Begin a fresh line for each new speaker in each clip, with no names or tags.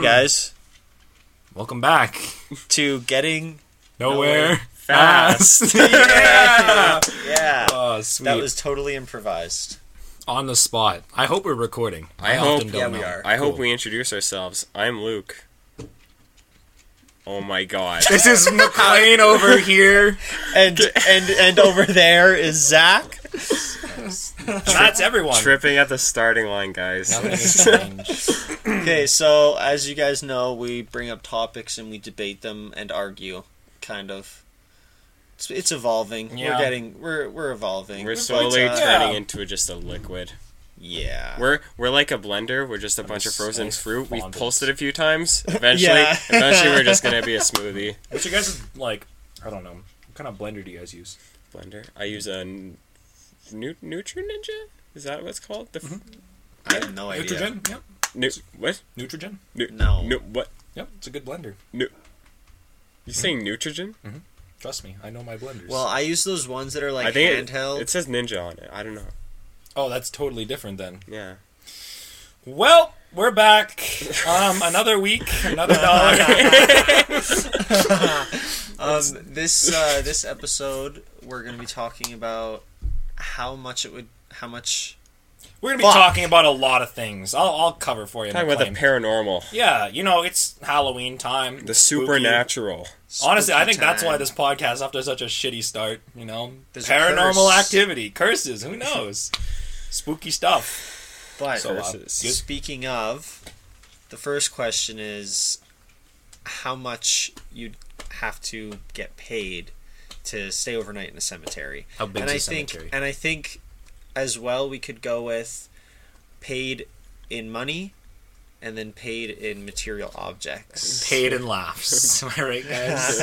guys,
Welcome back.
to Getting
Nowhere.
Fast.
yeah.
Yeah.
Oh, sweet.
that was totally improvised.
on the spot. I hope we're recording.
I hope
often don't
yeah, we
know.
are.
I hope
Cool.
we introduce ourselves. I'm Luke. Oh my god.
This is McLean over here.
And and and over there is Zach. That's everyone.
Tripping at the starting line, guys.
Okay, so as you guys know, we bring up topics and we debate them and argue, kind of. It's, it's evolving.
Yeah.
We're getting we're we're evolving.
We're
But,
slowly
uh,
turning into just a liquid.
Yeah.
We're we're like a blender. We're just a bunch of
just
frozen
so
fruit. We've
fond of
pulsed it a few times. Eventually,
Yeah.
eventually, we're just gonna be a smoothie
What's your guys' like? I don't know. What kind of blender do you guys use?
blender. I use a n- nu- Nutri Ninja. Is that what it's called? The f-
Mm-hmm. I have no idea.
Nutrigen. Yep.
nu- what?
Nutrigen.
Nu-
No.
nu- what?
Yep. It's a good blender.
Nu- you saying Nutrigen?
Trust me. I know my blenders.
Well, I use those ones that are like
I think it,
handheld.
it says Ninja on it. I don't know.
oh, that's totally different then.
Yeah.
Well, we're back. Um, another week, another dollar.
Um, this uh, this episode, we're gonna be talking about how much it would, how much.
We're gonna be
Fuck.
talking about a lot of things. I'll, I'll cover for you.
Talking about
McLean.
the paranormal,
Yeah, you know it's Halloween time.
the
it's spooky.
supernatural.
Honestly, I
spooky
think that's why
time.
this podcast, after such a shitty start, you know,
There's a
paranormal
curse.
activity, curses, who knows, spooky stuff.
But
So, uh,
Curses.
good-
speaking of, the first question is how much you'd have to get paid to stay overnight in a cemetery.
How big's
and
a
I think,
cemetery?
and I think, as well, we could go with paid in money, and then paid in material objects.
Paid in laughs. Am I right, guys?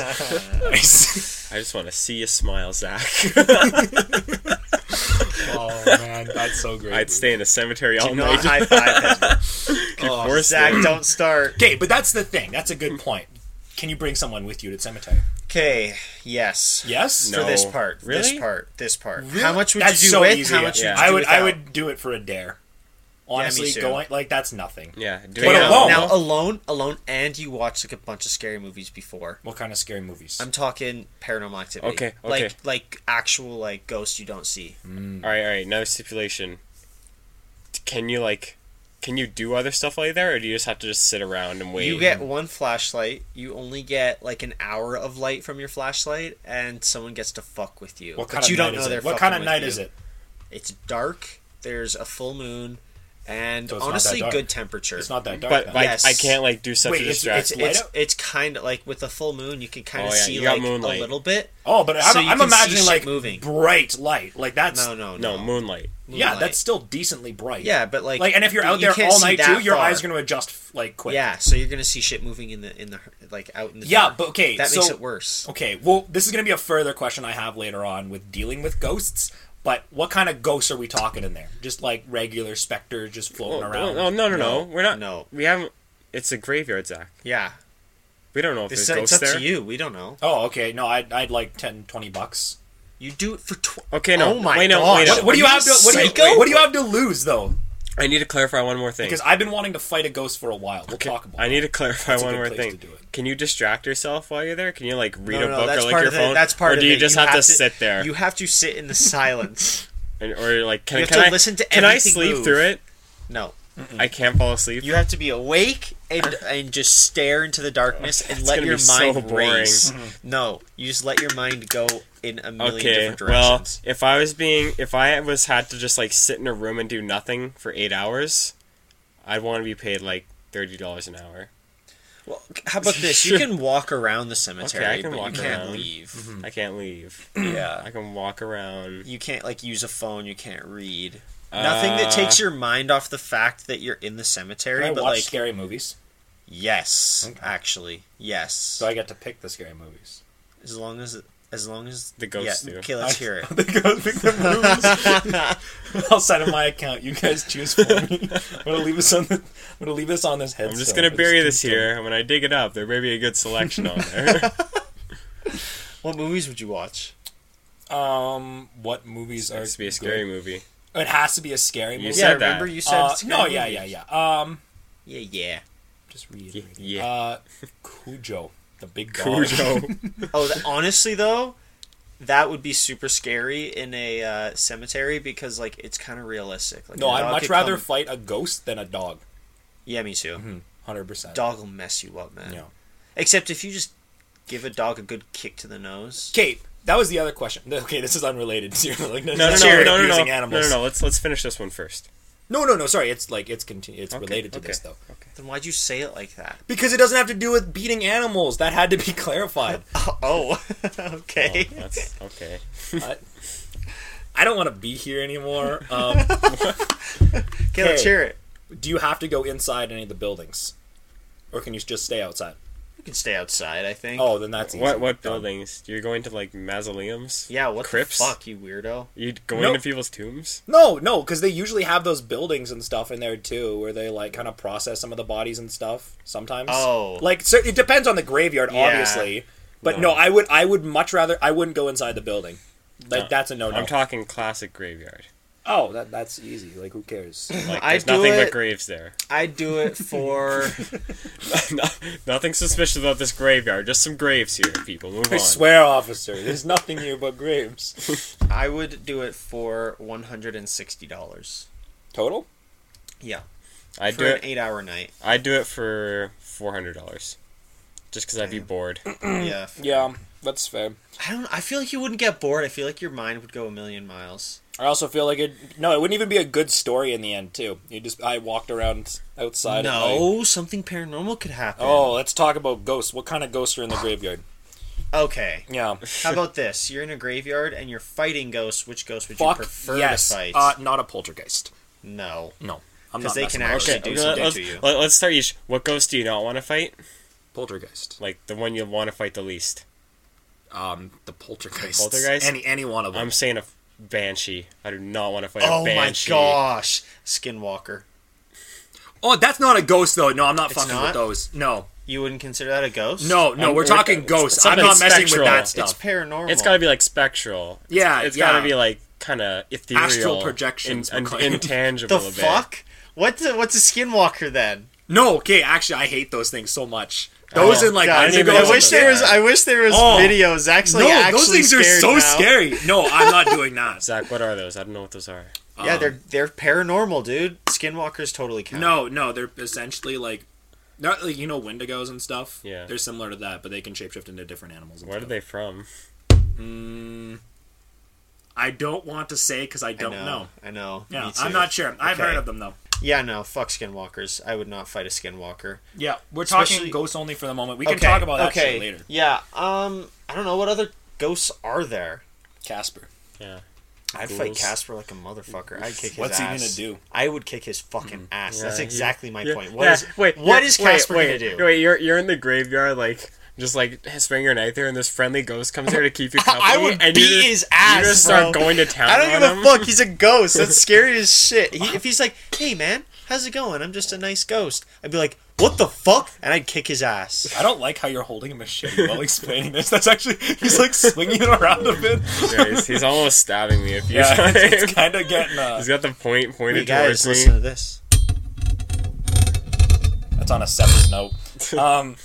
I just want to see you smile, Zach.
oh man, that's so great.
I'd stay in a cemetery all
Do not
night.
high five. Oh,
Forced
Zach,
it.
don't start.
Okay, but that's the thing. That's a good point. Can you bring someone with you to the cemetery?
Okay. Yes.
Yes.
No.
For this part. This
Really?
part. This part. How much would
that's
you do
so
with?
easy.
How much
Yeah.
would you
I
do
would. I
without?
would do it for a dare. Honestly,
too.
going like that's nothing.
Yeah,
But
doing it
alone.
Now alone, alone, and you watched like a bunch of scary movies before.
What kind of scary movies?
I'm talking paranormal activity.
Okay, okay.
Like like actual like ghosts you don't see.
All right, all right. Another stipulation. Can you like, can you do other stuff like that, or do you just have to just sit around and wait?
You get one flashlight. You only get like an hour of light from your flashlight, and someone gets to fuck with you.
what
but
kind of
you
night
don't know
is
they're
it? What
fucking
kind of
with
night
you.
is it?
It's dark. There's a full moon, and
So it's not that
honestly,
dark.
good temperature.
It's not that dark.
But
then.
like,
Yes.
I can't like do such
Wait,
a
it's-
distraction.
light
it's
up?
it's kind of like with a full moon, you can kind
Oh,
of
yeah,
see
you got
like
moonlight.
a little bit.
oh, but I'm,
so you
I'm
can see
imagining
shit
like
moving.
bright light. Like that's
No, no, no.
no moonlight.
yeah,
Moonlight.
that's still decently bright.
yeah, but like
Like, and if you're
but
out
you
there
can't
all
see
night
that
too, your
far.
eyes are gonna adjust like quick.
Yeah, so you're gonna see shit moving in the in the like out in the
Yeah,
dark.
but okay.
that
so,
makes it worse.
Okay, well, this is going to be a further question I have later on with dealing with ghosts. But what kind of ghosts are we talking in there? Just like regular specters just floating
Oh,
around.
oh, no, no, no,
No,
We're not.
no.
we haven't. It's a graveyard, Zach.
Yeah,
We don't know if
it's, uh,
there's
it's up
ghosts there.
to you. We don't know.
Oh, okay. No, I'd, I'd like 10, 20 bucks.
You do it for tw-
Okay, no.
Oh my
wait, no,
gosh.
wait, no.
What, what do you
Are you
have to? What do
psycho?
you, what do you have to lose though?
I need to clarify one more thing.
Because I've been wanting to fight a ghost for a while. We'll
Okay,
talk about.
I
it.
need to clarify
That's a
one
good
more
place
thing.
to do it.
Can you distract yourself while you're there? Can you like read
No,
a
no,
book
that's
or like
part
your
of
phone?
it. That's part
or
of
do you
it.
just have, to, sit there?
You have to sit in the silence.
and, or like can,
you have
can
to
I
listen to
Can I
everything
sleep
move.
through it?
No,
I can't fall asleep.
you have to be awake and and just stare into the darkness and let
gonna
your
be so
mind
boring.
race. No, you just let your mind go in a million
okay.
different
Well,
directions.
if I was being if I was had to just like sit in a room and do nothing for 8 hours, I'd want to be paid like $30 an hour.
Well, how about this? You can walk around the cemetery,
Okay, I can
but
walk
you can't
around.
leave.
I can't leave.
Hmm. Yeah.
I can walk around.
you can't like use a phone you can't read
Uh,
nothing that takes your mind off the fact that you're in the
Can I
cemetery
watch
but like
scary movies?
yes
Okay.
actually yes
So I get to pick the scary movies.
as long as as long as
The ghosts do.
okay let's hear it
the ghost pick the movies. I'll sign up my account. You guys choose for me. I'm gonna leave this on. The, I'm gonna leave this on this headstone.
I'm just going to
It's
bury
too
this
dumb.
here and when I dig it up, there may be a good selection on there.
what movies would you watch
Um, what movies
it
are
has to be a scary
good?
movie.
It has to be a scary movie.
You
yeah
said that.
remember you said
Uh,
it's
no,
scary
yeah, yeah,
movies.
yeah. Um,
yeah yeah
just reiterating.
yeah.
Uh, Cujo, the big dog.
Cujo.
Oh, th- honestly though, that would be super scary in a uh, cemetery because like it's kind of realistic. Like
No,
a
I'd
dog
much
could
rather
come-
fight a ghost than a dog.
Yeah, me too.
Hundred percent.
Dog will mess you up, man.
Yeah.
Except if you just give a dog a good kick to the nose.
Kate, that was the other question. No, Okay, this is unrelated. to your- like,
No, no,
not
no, no,
your
no, no,
abusing
no,
animals.
no, no. Let's let's finish this one first.
No, no, no. Sorry, it's like it's continu- It's
Okay,
related to
okay,
this though,
Okay.
Then why'd you say it like that?
because it doesn't have to do with beating animals. That had to be clarified.
Oh, okay.
Oh, that's okay.
I, I don't want to be here anymore. Um,
okay, let's
okay.
hear it.
do you have to go inside any of the buildings, or can you just stay outside?
You can stay outside, I think.
Oh, then that's easy.
What what
Done.
buildings? You're going to like mausoleums?
yeah. What
Crypts?
the fuck, you weirdo?
You going
No.
into people's tombs?
No, no, because they usually have those buildings and stuff in there too, where they like kind of process some of the bodies and stuff. Sometimes,
Oh.
like so it depends on the graveyard,
Yeah.
obviously. But
No.
no. I would, I would much rather, I wouldn't go inside the building. Like that's a no no.
I'm talking classic graveyard.
oh, that that's easy. Like who cares?
Like
I
there's
do
nothing
it-
but graves there.
I'd do it for.
No- nothing suspicious about this graveyard. Just some graves here, people. Move
I
on.
swear, officer, there's nothing here but graves.
I would do it for one hundred and sixty dollars.
Total?
Yeah,
I'd
for
do
an
it.
eight-hour night.
I'd do it for four hundred dollars, just because I'd be
Damn.
bored.
Mm.
yeah.
Yeah, that's fair.
I don't. I feel like you wouldn't get bored. I feel like your mind would go a million miles.
I also feel like it. No, it wouldn't even be a good story in the end too. You just, I walked around outside. at night.
no, something paranormal could happen.
Oh, let's talk about ghosts. What kind of ghosts are in the graveyard?
Okay.
Yeah.
How about this? You're in a graveyard and you're fighting ghosts. Which ghost would
Fuck.
you prefer
yes.
to fight?
Uh, not a poltergeist.
no.
No. I'm
'Cause
not
they
messing
can
with
actually
those.
do
Okay,
some
let-
good
let's,
to you.
let- let's start each. What ghost do you not want to fight?
poltergeist.
Like the one you want to fight the least.
Um, the poltergeist.
Poltergeist?
Any any one of them.
I'm saying a banshee. I do not want to fight
Oh
a
my
banshee.
gosh, Skinwalker.
oh, that's not a ghost though. No, I'm not
It's
fucking
not?
with those. No,
You wouldn't consider that a ghost?
no, no.
I'm-
we're
we're-
talking
it's-
ghosts.
it's
I'm not
something
messing with that
spectral.
It's
stuff.
paranormal.
It's got to be like spectral. It's-
Yeah,
it's got
yeah.
to be like kind of ethereal,
Astral projections,
in-
we're
un-
calling it.
intangible.
the
a bit.
fuck. What's a, what's a Skinwalker then?
no, okay. Actually, I hate those things so much. Those
Oh,
and like
God,
I didn't even
underghost-
know
I wish
about
there
that.
was. I wish there was
Oh.
videos. Actually,
No,
actually
those things are
scared
so
now.
scary. No, I'm not doing that.
Zach, what are those? I don't know what those are.
Yeah, they're
Oh.
they're paranormal, dude. Skinwalkers totally count.
No, no, they're essentially like not like you know Wendigos and stuff.
Yeah.
they're similar to that, but they can shapeshift into different animals. And
Where are
stuff.
they from?
I don't want to say because I
I
don't
know,
know.
I know.
Yeah,
me too.
I'm not sure. I've
Okay.
heard of them though.
Yeah, no. Fuck Skinwalkers. I would not fight a Skinwalker.
Yeah, we're
Especially-
talking ghosts only for the moment. We can talk about that shit later.
Yeah. Um. I don't know what other ghosts are there.
Casper,
Yeah.
I'd fight
Ghouls.
Casper like a motherfucker. I'd kick his
What's he
ass.
gonna do?
I would kick his fucking ass. That's
Mm-hmm. Yeah, he-
exactly my
Yeah,
point. What
yeah,
is
wait,
what
you're-
is
wait,
Casper
wait,
gonna do?
Wait, you're you're in the graveyard, like just like swinging your knife there, and this friendly ghost comes here to keep you company.
I would
and
beat
you just,
his ass.
You just start
bro.
going to town.
I don't
on
give a
him.
fuck. He's a ghost. That's scary as shit. He, if he's like, "Hey man, how's it going? I'm just a nice ghost," I'd be like, "What the fuck?" and I'd kick his ass.
I don't like how you're holding a machete while explaining this. That's actually he's like swinging it around a bit.
Yeah, he's, he's almost stabbing me a few
Yeah,
times.
it's, it's kind of getting. Uh,
he's got the point
Hey
pointed
guys,
towards
listen
me.
to this.
that's on a separate note. Um,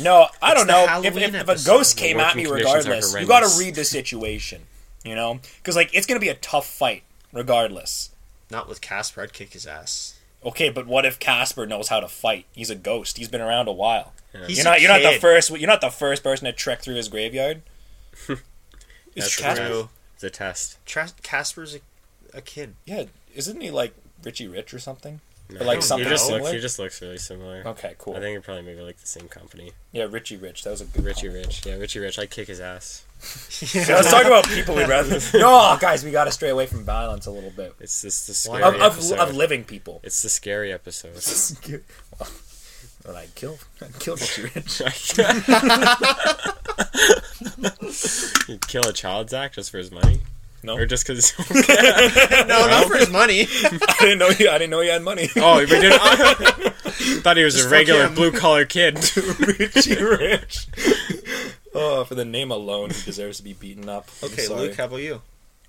no, I
It's
don't
the
know. If,
Halloween
if, if a
episode.
ghost
The
came at me
working conditions are
regardless, you got
horrendous.
to read the situation, you know, because like it's gonna be a tough fight regardless.
Not with Casper. I'd kick his ass.
Okay, but what if Casper knows how to fight? He's a ghost. He's been around a while.
He's
you're
a
not. You're not the
kid.
first. You're not the first person to trek through his graveyard. Is
That's
Casper?
true. It's a test.
Tra- Casper's a, a kid.
Yeah, isn't he like Richie Rich or something? Or
I
like
don't
something
he just
similar.
looks. He just looks really similar.
okay, cool.
I think you're probably maybe like the same company.
yeah, Richie Rich. That was a good
Richie
call.
Rich. Yeah, Richie Rich. I'd kick his ass.
Yeah, let's talk about people we'd rather. No, guys, we got to stray away from violence a little bit.
It's just the
Why
scary
not?
Of, of,
episode.
of living people.
it's the scary episode.
Well, I'd kill. I'd kill Richie Rich.
You'd kill a child, Zach, just for his money,
No,
or just because?
No, not for his money.
I didn't know. He, I didn't know he had money.
oh, we did. Thought he was a
fuck
regular
him.
blue collar kid.
Richie Rich. Oh, for the name alone, he deserves to be beaten up. I'm
okay,
sorry. Um,
Luke, how about you?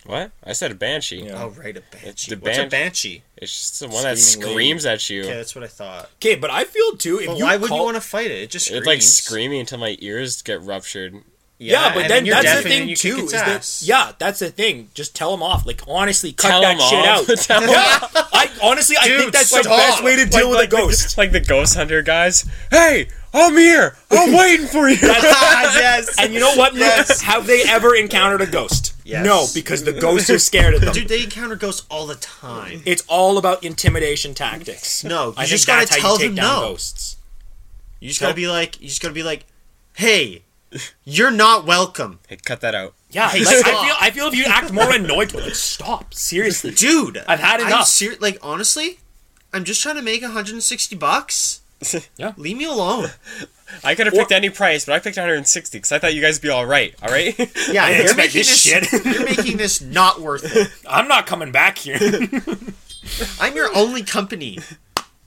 What? I said a banshee.
Yeah.
Oh, right, a banshee.
the
What's a
ban-
banshee?
It's just the one that
Screaming
screams at you.
Okay, that's what I thought.
Okay, but Oh, I feel too. If
But
you
why would you
call-
want to fight it? It just screams.
It's like screaming until my ears get ruptured.
Yeah, but
and
then
you're
that's
deaf
the
and then
thing
you
too.
kick
Is
its
that,
ass.
yeah, that's the thing. Just tell them off. Like honestly, cut
Tell
that
'em
shit
off.
out.
Tell 'em
yeah, I honestly I
Dude,
think that's the
stop.
best way to deal with
like,
a ghost.
The, like the ghost hunter guys. Hey, I'm here. I'm waiting for you.
yes.
And you know what? Nick? Have they ever encountered a ghost?
Yes.
No, because the ghosts are scared of them.
Dude, they encounter ghosts all the time.
It's all about intimidation tactics.
No, you
I
just
think
gotta
that's
tell
how you
them
take down
no.
ghosts.
You just gotta be like, you just gotta be like, hey, you're not welcome,
Hey, cut that out.
Yeah,
Hey,
like, I
stop.
feel I feel if you act more annoyed, like stop seriously.
dude.
I've had
I'm
enough.
ser- like honestly, I'm just trying to make 160 bucks.
Yeah.
Leave me alone.
I could have picked any price, but I picked 160 because I thought you guys would be all right. All right.
Yeah,
didn't
you're
expect
making this.
this shit.
you're making this not worth it.
I'm not coming back here.
I'm your only company,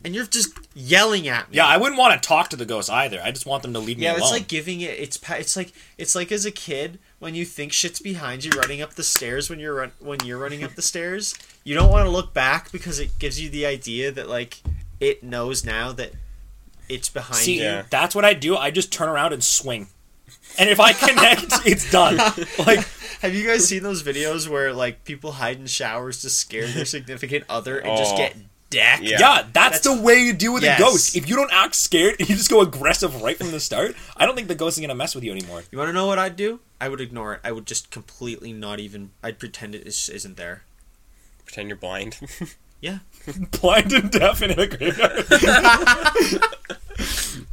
and you're just yelling at me.
yeah, I wouldn't want to talk to the ghosts either. I just want them to leave me
Yeah,
alone.
it's like giving it. It's pa- it's like it's like as a kid when you think shit's behind you, running up the stairs when you're run- when you're running up the stairs. You don't want to look back because it gives you the idea that like it knows now that it's behind
See,
you.
Yeah.
that's what I do. I just turn around and swing. And if I connect, it's done. Like,
Have you guys seen those videos where like people hide in showers to scare their significant other and just
Oh.
get decked?
Yeah.
yeah, that's,
That's-
the way to deal with
Yes.
a ghost. If you don't act scared and you just go aggressive right from the start, I don't think the ghost is going to mess with you anymore.
You want to know what I'd do? I would ignore it. I would just completely not even. I'd pretend it is- isn't there.
Pretend you're blind.
Yeah.
Blind and deaf and in a graveyard.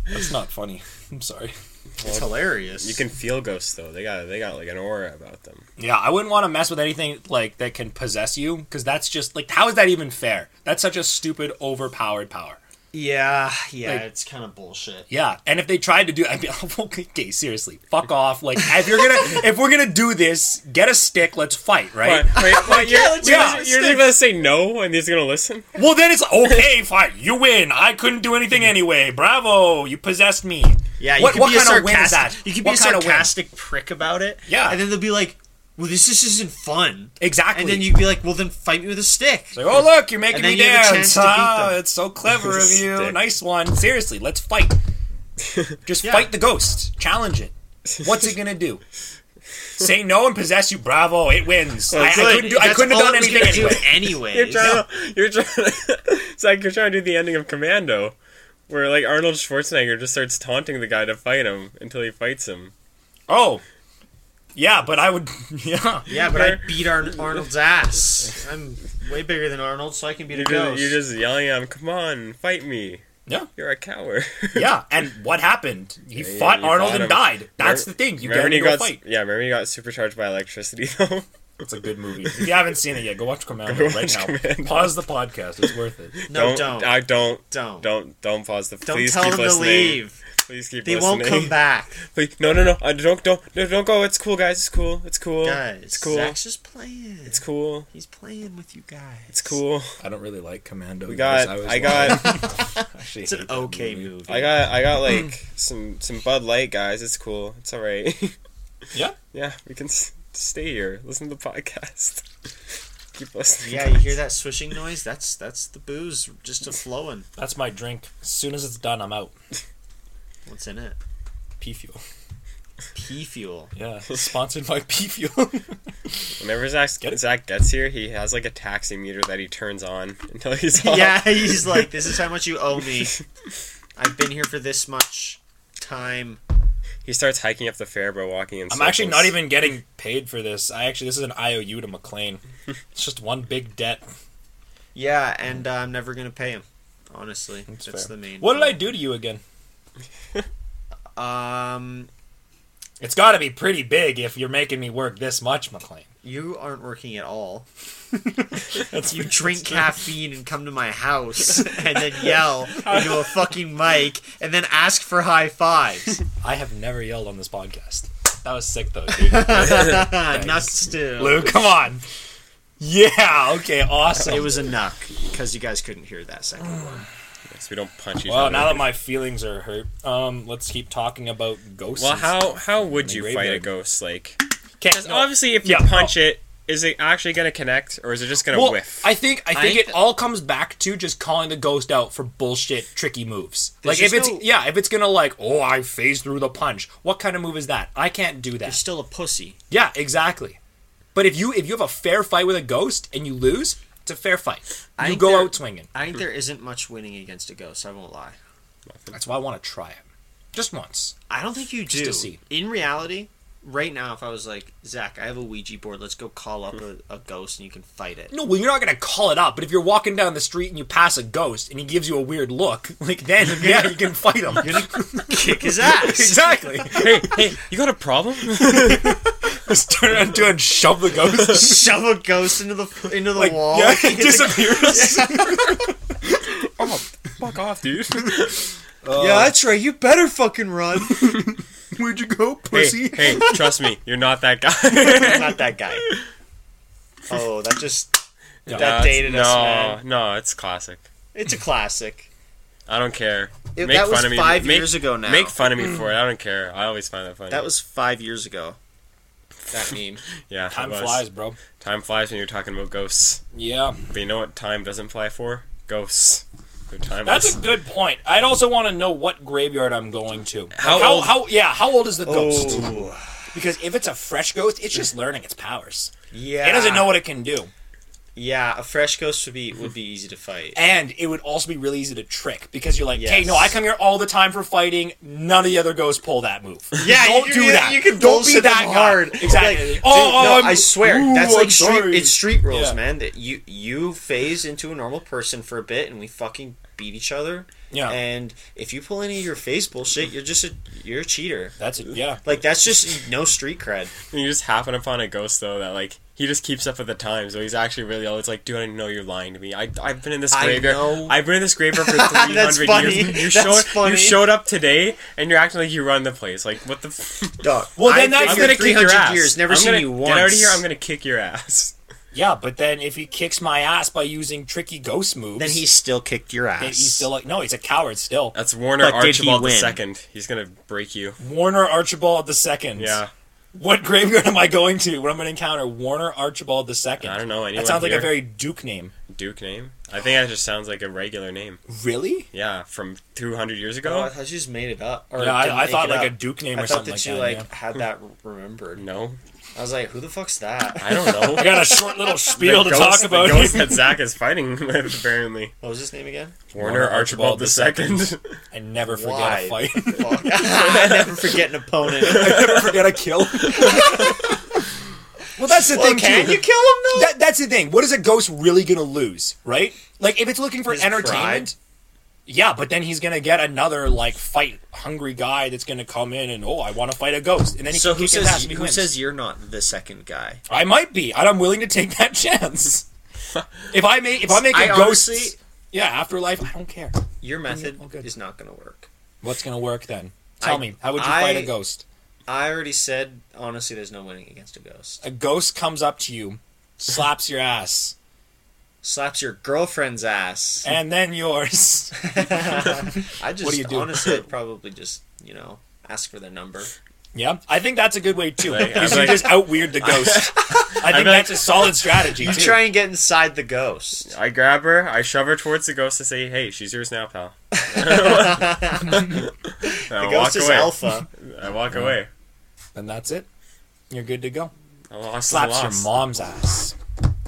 that's not funny. I'm sorry.
It's hilarious.
you can feel ghosts though. They got they got like an aura about them.
Yeah, I wouldn't want to mess with anything like that can possess you because that's just like how is that even fair? That's such a stupid, overpowered power.
Yeah, yeah.
Like-
it's kind of bullshit.
Yeah, and if they tried to do, I'd be like, okay, seriously, fuck off. Like, if you're gonna, if we're gonna do this, get a stick, let's fight, right?
But wait, what, you're,
let's
you're,
do
just-
it.
you're just gonna say no, and he's gonna listen.
Well, then it's okay, fine, you win. I couldn't do anything anyway. Bravo, you possessed me.
Yeah, you
what,
could
what
be
kind
a
of win is
sarcastic-
that?
You could be
what
a
kind of win?
sarcastic prick about it.
Yeah.
And then they'll be like, well, this just isn't fun.
Exactly.
And then you'd be like, well, then fight me with a stick.
It's like, oh look, you're making
And then
me
you have a
dance.
chance to beat
Ah,
them.
it's so clever of you.
Stick.
Nice one. Seriously, let's fight. Just
Yeah.
fight the ghost. Challenge it. What's it gonna do? Say no and possess you. Bravo! It wins. I, I
Good.
couldn't do. I
That's
couldn't have
all
done
it was
anything
gonna do
anyway.
anyways.
You're trying. To, you're trying. it's like you're trying to do the ending of Commando, where like Arnold Schwarzenegger just starts taunting the guy to fight him until he fights him.
Oh, yeah, but I would. Yeah,
Yeah, but I beat Ar- Arnold's ass. I'm way bigger than Arnold, so I can beat a
You're just,
ghost.
you're just yelling at him, "Come on, fight me!
yeah,
You're a coward."
yeah. And what happened? He
yeah,
fought
you
Arnold
fought
and
him.
died. That's
Remember-
the thing. You get
remember when
into
he
a
got,
fight.
Yeah, remember when he got supercharged by electricity though.
It's a good movie. If you haven't seen it yet, go watch Commando
Go
right
watch
now.
Commando.
Pause the podcast. It's worth it.
no, don't.
I don't.
Don't.
Don't. Don't pause the.
Don't
please
tell
keep
them
listening.
to leave.
Please keep
They
listening.
won't come back.
Please- no, no, no. Uh, don't, don't, no, don't go. It's cool, guys. It's cool. It's cool.
Guys,
it's cool.
Zach's just playing.
It's cool.
He's playing with you guys.
It's cool.
I don't really like Commando.
We got. I got.
It's an okay movie.
I got I got like some some Bud Light guys. It's cool. It's all right.
Yeah.
yeah, we can s- stay here. Listen to the podcast. Keep listening.
Yeah, you hear that swishing noise? That's that's the booze just a flowing.
That's my drink. As soon as it's done, I'm out.
What's in it?
Pea fuel.
Pea fuel.
Yeah. Sponsored by pea fuel.
Whenever Zach
Get it?
Zach gets here, he has like a taxi meter that he turns on until he's off.
yeah, he's like, this is how much you owe me. I've been here for this much time.
He starts hiking up the fair by walking in.
I'm actually
circles.
not even getting paid for this. I actually this is an IOU to McLean. It's just one big debt.
Yeah, and uh, I'm never gonna pay him. Honestly, that's,
It's fair.
the main.
What did I do to you again?
I? Um,
It's got to be pretty big if you're making me work this much, McLean.
you aren't working at all.
That's
You drink caffeine and come to my house and then yell into a fucking mic and then ask for high fives.
I have never yelled on this podcast. That was sick though, dude.
Nuts too.
Lou, come on. Yeah. Okay. Awesome.
It was a knock because you guys couldn't hear that second one.
So we don't punch each
Well,
other.
now that my feelings are hurt, um, let's keep talking about ghosts.
well,
and
how
stuff
how
in
would
the
you fight a
graveyard.
ghost? Like,
Can't-
because
no.
obviously, if you
Yeah,
punch it, is it actually going to connect or is it just going to
Well,
whiff?
I think I think
think
it
that-
all comes back to just calling the ghost out for bullshit tricky moves.
There's
like if
just
it's
no-
yeah, if it's gonna like oh I phase through the punch, what kind of move is that? I can't do that.
You're still a pussy.
Yeah, exactly. But if you if you have a fair fight with a ghost and you lose, it's a fair fight.
I
You
think
go
there-
out swinging.
I think there isn't much winning against a ghost. I won't lie.
That's why I want to try it, just once.
I don't think you do.
to see.
In reality, right now, if I was like Zach, I have a Ouija board. Let's go call up a, a ghost and you can fight it.
No, well you're not gonna call it up. But if you're walking down the street and you pass a ghost and he gives you a weird look, like then yeah you can fight him.
Kick his ass.
exactly.
hey, hey, you got a problem?
Just turn around to and shove the ghost.
Shove a ghost into the into the wall.
Yeah, it disappears.
oh, fuck off, dude.
yeah, that's right. You better fucking run.
Where'd you go,
hey, hey, trust me, you're not that guy.
Not that guy. Oh, that just that
That's-
dated
no,
us, man.
No, it's classic.
It's a classic.
I don't care.
It- that was
me.
five
make,
years ago now.
Make fun of me for it. I don't care. I always find that funny.
That was five years ago. That meme.
yeah. it
Time
was.
flies, bro.
Time flies when you're talking about ghosts.
Yeah,
But you know what time doesn't fly for? Ghosts. They're timeless.
that's a good point. I'd also want to know what graveyard I'm going to. Like,
How
how,
old-
how yeah, how old is the ghost?
Oh,
Because if it's a fresh ghost, it's just learning its powers.
yeah.
It doesn't know what it can do,
Yeah, a fresh ghost would be would be easy to fight.
and it would also be really easy to trick because you're like,
Yes.
"Hey, no, I come here all the time for fighting. None of the other ghosts pull that move.
Yeah,
don't
you,
do
you-
that.
You can
don't be
bullshit
that
them
guy."
hard.
Exactly.
Like,
oh,
dude,
oh,
no,
I'm-
I swear
Ooh,
that's like
I'm
street,
sorry.
it's street rules,
Yeah.
man. That you you phase into a normal person for a bit, and we fucking beat each other.
Yeah.
And if you pull any of your face bullshit, you're just a you're a cheater.
That's it. Yeah.
Like that's just no street cred.
And you just happen upon a ghost though that like he just keeps up with the times. So he's actually really old. It's like, dude, I know you're lying to me. I have been in this
I
graveyard.
know.
I've been in this graveyard for three hundred
funny.
years. You
That's
showed
funny.
you showed up today and you're acting like you run the place. Like what the? F-
Dog.
Well,
I've been
then that's-
I'm
here
gonna kick your
300
ass.
Years, never
I'm
seen
gonna-
you once.
Get out of here. I'm gonna kick your ass.
Yeah, but then if he kicks my ass by using tricky ghost moves,
Then he still kicked your ass.
then he's still like, no, he's a coward still.
That's Warner
But did he
Archibald
win?
II. He's gonna break you.
Warner Archibald the second.
Yeah.
What graveyard am I going to? What I'm going to encounter? Warner Archibald the second.
I don't know, anyone
That sounds like
here?
a very Duke name.
Duke name. I think that just sounds like a regular name.
Really?
Yeah, from two hundred
Oh,
years
I
ago.
thought you just made it up. Or
Yeah,
didn't
I, I
make
thought
it
like
up.
a Duke name
I
or
thought
something
that
like
you
that.
like
yeah.
had that remembered.
No,
I was like, who the fuck's that?
I don't know.
I got a short little spiel to
The ghost-
talk about.
the ghost that Zach is fighting with apparently.
What was his name again?
Warner Archibald II.
I never forget
Why?
a fight.
Fuck. I never forget an opponent.
I never forget a kill. well, that's the
Well,
thing.
can
too.
you kill him though?
That, that's the thing. What is a ghost really gonna lose, right? Like if it's looking for
His
entertainment. Yeah, but then he's gonna get another like fight hungry guy that's gonna come in and oh, I want to fight a ghost, and then he
so
can
who
kick his ass
says
and he
who
wins.
says you're not the second guy?
I might be, and I'm willing to take that chance. if I make if I make a
I
ghost,
honestly-
yeah, afterlife, I don't care.
Your method
all good.
is not going to work.
What's gonna work then? Tell
I-
me, how would you
I-
fight a ghost?
I already said honestly, there's no winning against a ghost.
A ghost comes up to you, slaps your ass,
Slaps your girlfriend's ass.
and then yours.
I just
do you do?
honestly I'd probably just you know ask for their number.
Yeah, I think that's a good way too.
Like,
Because
I'm
you
like-
just out weird the ghost. I think
like-
that's a solid strategy.
You
too.
try and get inside the ghost.
I grab her, I shove her towards the ghost, and say, "Hey, she's yours now, pal." And I
The
walk
ghost is
away.
alpha.
I walk away.
and that's it. You're good to go.
I lost. is
Slaps your
lost.
mom's ass.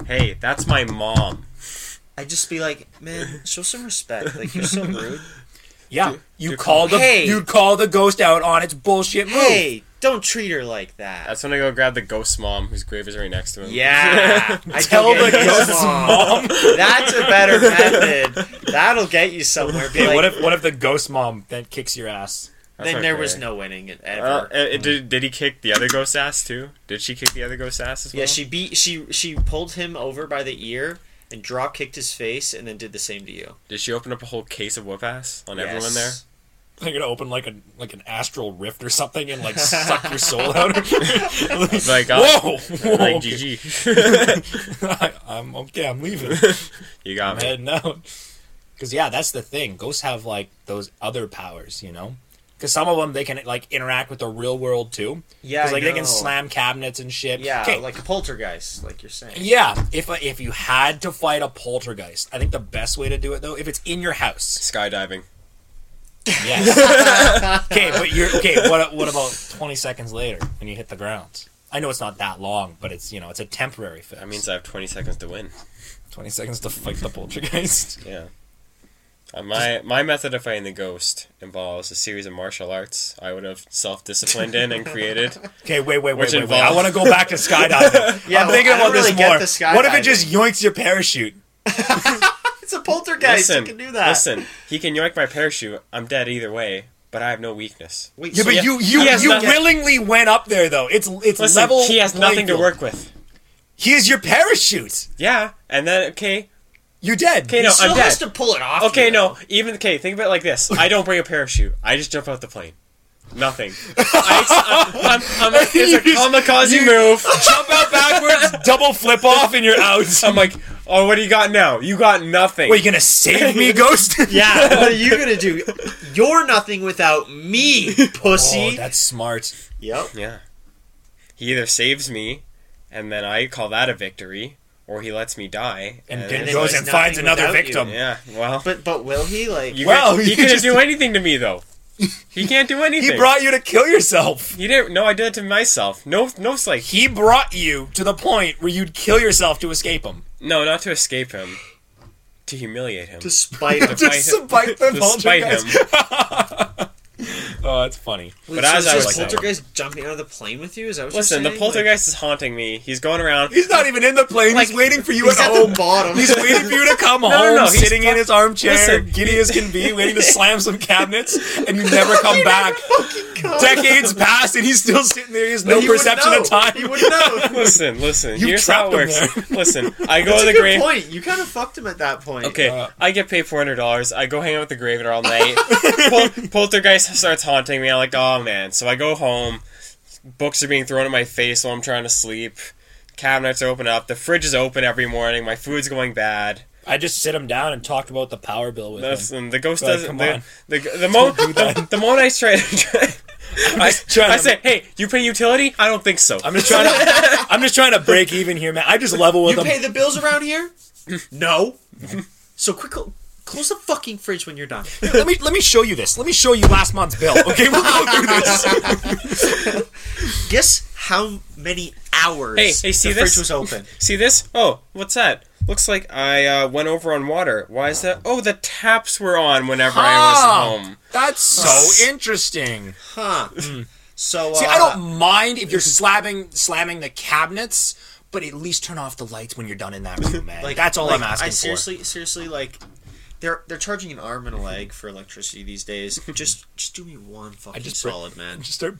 Hey, that's my mom.
I'd just be like, man, show some respect. Like you're so rude.
Yeah, you call the
Hey.
you call the ghost out on its bullshit move.
Hey, don't treat her like that.
That's when I go grab the ghost mom, whose grave is right next to him.
Yeah. I
Tell
think
the
it is
ghost's mom.
That's a better method. That'll get you somewhere. Be
Hey,
like,
what if what if the ghost mom then kicks your ass?
That's
then
not
there
fair.
was no winning it ever.
Uh, uh, did, did he kick the other ghost's ass too? Did she kick the other ghost's ass as well?
yeah, she beat she she pulled him over by the ear and drop kicked his face and then did the same to you.
Did she open up a whole case of whoop ass on everyone there?
Yes.
They're gonna open like a like an astral rift or something and like suck your soul out. like,
Like, uh,
whoa, whoa
Like
okay.
GG,
I, I'm okay. I'm leaving.
you got
I'm
me.
heading out. Because yeah, that's the thing. Ghosts have like those other powers, you know. Because some of them they can like interact with the real world too.
Yeah,
'Cause,
I
like they can
know.
slam cabinets and shit.
Yeah,
'Kay,
like poltergeist, like you're saying.
yeah. If if you had to fight a poltergeist, I think the best way to do it though, if it's in your house,
Skydiving.
yes. okay, but you're okay. What what about twenty seconds later when you hit the ground? I know it's not that long, but it's you know it's a temporary fix.
That means I have 20 seconds to win.
twenty seconds to fight the poltergeist.
Yeah. Uh, my my method of fighting the ghost involves a series of martial arts I would have self disciplined in and created.
Okay, wait, wait, wait,
Which
wait, wait. I
involves-
want to go back to skydiving.
Yeah,
I'm
well,
thinking
I don't
about this
really get
more.
the
What if it
skydiving.
just yoinks your parachute?
It's a poltergeist.
listen,
you can do that.
listen. He can yoink my parachute. I'm dead either way, but I have no weakness.
Wait,
Yeah,
so
but
you-
you you
He has
you
nothing-
willingly went up there though. It's it's
Listen,
level.
he has
playing
nothing to
field.
work with.
He is your parachute.
Yeah, and then okay,
You're dead.
okay,
he
no,
still
I'm
has
dead.
to pull it off.
Okay,
you know?
no, even okay. Think of it like this: I don't bring a parachute. I just jump out the plane. Nothing. I, am I'm, I'm, it's a kamikaze move.
Jump out backwards, double flip off, and you're out.
I'm like, oh, what do you got now? You got nothing.
Wait, you gonna save me, Ghost?
Yeah, what are you gonna do? You're nothing without me, pussy.
Oh, that's smart.
yep.
Yeah. He either saves me, and then I call that a victory, or he lets me die.
And
then
then
it's
goes
like
and finds
nothing
another
without you.
victim.
yeah, well,
But but will he like?
you
Well,
can't,
you
he couldn't
just-
do anything to me though. He can't do anything.
He brought you to kill yourself.
You didn't. No, I did it to myself. No, no, it's like
He brought you to the point where you'd kill yourself to escape him.
no, not to escape him, to humiliate him.
Despite him.
Despite
Just
him.
to bite the
Despite him.
Oh, that's funny.
Wait,
But
so
as
is
I
this
was saying-
poltergeist jumping out of the plane with you? Is that what
Listen, the
you're saying? Like-
poltergeist is haunting me. He's going around.
He's not even in the plane. he's waiting for you at
He's at
home.
the bottom.
Oh. He's waiting for you to come
no,
home,
no, he's
sitting in
fu-
his armchair,
Listen,
giddy as can be, waiting to slam some cabinets, and you never come back. Decades pass, and he's still sitting there. He has no
He wouldn't
perception
know.
of time.
He wouldn't know.
Listen, listen.
You
here's how it
trapped him
works. Listen, I go
That's
to
a
the
good
grave.
point. You kind of fucked him at that point.
Okay,
Uh,
I get paid four hundred dollars. I go hang out with the graveyard all night. Pol- poltergeist starts haunting me. I'm like, oh man. So I go home. Books are being thrown in my face while I'm trying to sleep. Cabinets open up. The fridge is open every morning. My food's going bad.
I just sit him down and talked about the power bill with
Listen, the ghost
Right,
doesn't.
come
The,
on.
the, the, moment,
Don't do that.
the moment I try to. Try, I,
trying
I
to-
say, hey, you pay utility? I don't think so.
I'm just trying to. I'm just trying to break even here, man. I just level with
You
him.
pay the bills around here? no. so quick, cl- close the fucking fridge when you're done.
let me let me show you this. Let me show you last month's bill. Okay, we'll go through this.
Guess how many hours
Hey, hey, see
the
this?
fridge was open.
See this? Oh, what's that? Looks like I uh, went over on water. Why is that? Oh, the taps were on whenever I
Ah,
was home.
That's so interesting.
Huh. So uh,
See, I don't mind if you're slamming slamming the cabinets, but at least turn off the lights when you're done in that room, man.
Like
that's all
like,
I'm asking
I
for.
seriously, seriously, like they're they're charging an arm and a leg for electricity these days. just just do me one fucking
just break-
solid, man.
Just start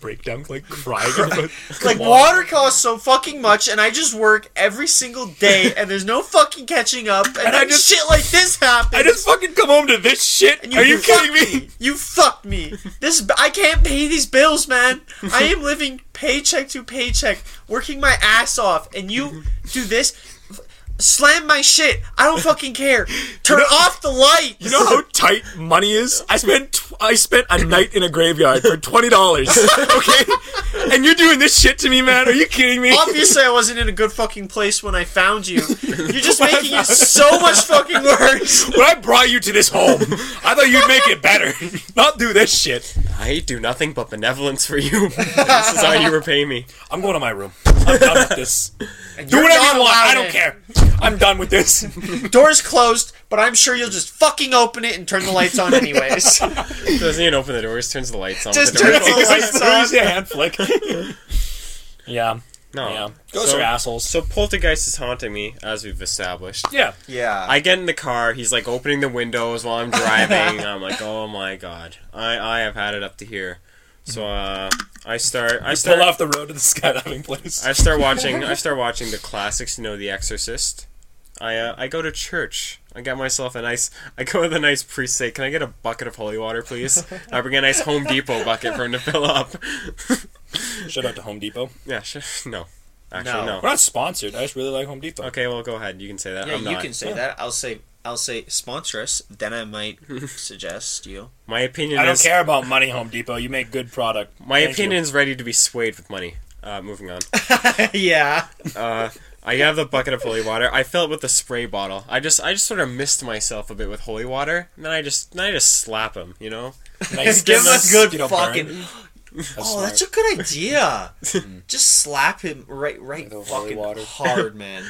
breakdowns, like crying. about-
Like
Come on.
water costs so fucking much, and I just work every single day, and there's no fucking catching up, and,
I
then
just-
shit like this happens.
I just fucking come home to this shit.
and
Are you
fucked
kidding me?
You fucked me. This I can't pay these bills, man. I am living paycheck to paycheck, working my ass off, and you do this. F- Slam my shit. I don't fucking care. Turn off the light.
You know how tight money is? I spent tw- I spent a night in a graveyard for twenty dollars. Okay, and you're doing this shit to me, man? Are you kidding me?
Obviously, I wasn't in a good fucking place when I found you. You're just making it so much fucking worse.
When I brought you to this home, I thought you'd make it better. Not do this shit.
I do nothing but benevolence for you. this is how you repay me.
I'm going to my room. I'm done with this. Do whatever you want. I don't care. I'm done with this.
Door's closed, but I'm sure you'll just fucking open it and turn the lights on anyways.
Doesn't even open the doors. Turns the lights on.
Just
with the
turn
door.
the lights on.
Who's the hand flick? Yeah.
Oh.
No.
Yeah. Ghosts
so,
are assholes.
So poltergeist is haunting me, as we've established.
yeah.
Yeah.
I get in the car. He's like opening the windows while I'm driving. I'm like, oh my god, I I have had it up to here. So uh, I start. I start.
Pull off the road to the skydiving place.
I start watching. I start watching the classics. You know, The Exorcist. I uh, I go to church. I got myself a nice. I go with a nice priest. Say, can I get a bucket of holy water, please? I bring a nice Home Depot bucket for him to fill up.
Shout out to Home Depot.
yeah, sh- no, actually
No.
no.
We're not sponsored. I just really like Home Depot.
Okay, well, go ahead. You can say that.
yeah,
I'm
you
not.
can say that. I'll say I'll say sponsor us. Then I might suggest you.
My opinion
I don't
is
care about money, Home Depot. You make good product.
my
Thank you.
opinion is ready to be swayed with money. Uh, moving on.
yeah.
Uh, I have the bucket of holy water. I fill it with the spray bottle. I just I just sort of mist myself a bit with holy water, and then I just then I just slap him. You know.
Nice.
Give us
Nice
good
mosquito burn.
fucking. oh, that's a good idea. Just slap him right, right,
With the holy
fucking
water.
hard, man.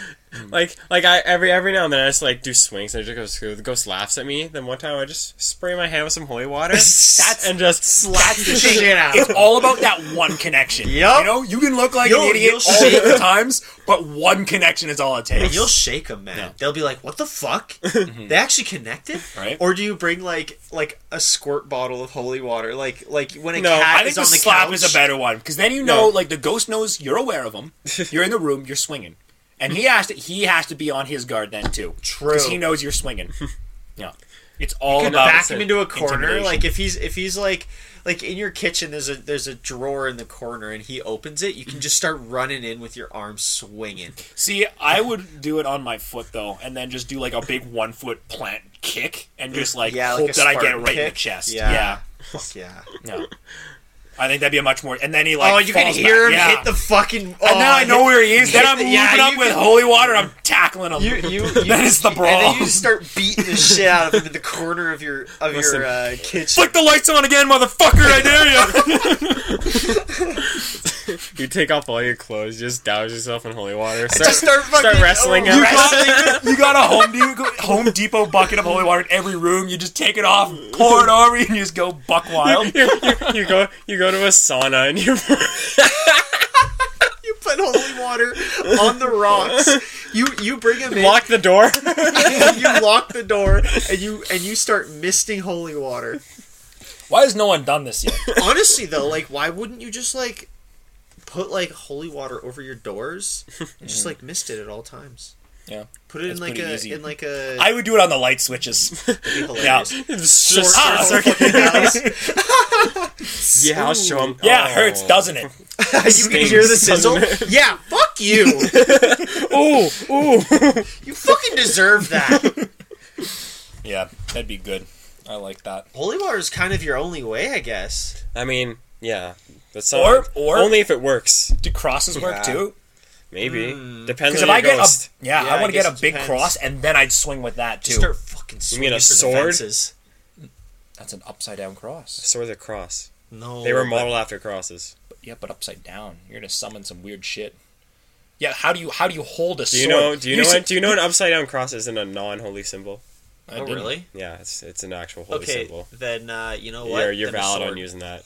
Like like I every every now and then I just like do swings and it just goes who ghost laughs at me. Then one time I just spray my hand with some holy water
That's
and just
slap the shit out.
It's all about that one connection.
Yup.
You know, you can look like
You'll-
an idiot
you'll
all
shake-
the times, but one connection is all it
And
takes.
you'll shake them, man. They'll be like, "What the fuck? They actually connected?"
Mhm. Right.
Or do you bring like like a squirt bottle of holy water, like like when a
No,
cat
I think
is
the,
on the
slap
couch?
is a better one because then you know,
No.
like the ghost knows you're aware of him. You're in the room, you're swinging, and he has to he has to be on his guard then too.
True.
because he knows you're swinging. yeah, it's all
You can
about
back him into a corner.
intimidation.
Like if he's if he's like like in your kitchen, there's a there's a drawer in the corner, and he opens it. You can just start running in with your arms swinging.
See, I would do it on my foot though, and then just do like a big one foot plant kick, and just like
Yeah, like
hope
a
that I get
Spartan
right in the
kick.
chest.
Yeah.
yeah.
Fuck yeah!
No. I think that'd be a much more. And then he like.
oh, you can
falls
hear him
back. Yeah.
hit the fucking.
and now
oh,
I know where he is. Then
hit
I'm
the-
moving
yeah,
up
you
with
can-
holy water. I'm tackling him.
You, you, you
Then it's the
And then
brawl.
you just start beating the shit out of him in the corner of your of
Listen.
your uh, kitchen.
Flick the lights on again, motherfucker! I dare you.
you take off all your clothes, you just douse yourself in holy water. Start,
Just start fucking
wrestling
oh,
him.
you, got, you got a Home Depot, Home Depot bucket of holy water in every room. You just take it off, pour it over, and you just go buck wild.
you, you- you go you go to a sauna and you
You put holy water on the rocks. You you bring him in.
lock the door.
and you lock the door and you and you start misting holy water.
Why has no one done this yet?
Honestly though, like why wouldn't you just like put like holy water over your doors? And just like mist it at all times.
Yeah.
Put it
That's
in like
pretty
a
easy.
in like a
I would do it on the light switches.
it'd be
Yeah.
hilarious.
Just,
Short
Ah,
start
circle
circling.
fucking house.
yeah, I'll show him.
Yeah,
Oh.
hurts, doesn't it?
you can hear the
Stings,
sizzle.
doesn't
Yeah, fuck you.
Ooh, ooh.
You fucking deserve that.
Yeah, that'd be good. I like that.
Holy water is kind of your only way, I guess.
I mean, yeah. That's
Or-
not-
or-
only if it works.
Do crosses work
Yeah.
too?
Maybe
Hmm.
depends
Because if
on your
I get
ghost.
a yeah,
Yeah,
I
I
want to get
guess
a
it
big
depends.
cross, and then I'd swing with that too.
Just start fucking swinging
mean a
for the
sword?
fences.
That's an upside down cross.
Swords are cross.
No,
They were modeled after crosses.
But, yeah, but upside down, you're gonna summon some weird shit. Yeah, how do you how do you hold a
Do
sword?
you know? Do you know?
see-
what, do you know an upside down cross isn't a non holy symbol?
I
Oh,
didn't.
really?
Yeah, it's it's an actual holy
Okay,
symbol.
then uh, you know what?
You're, you're
Then a
valid on
sword.
using that,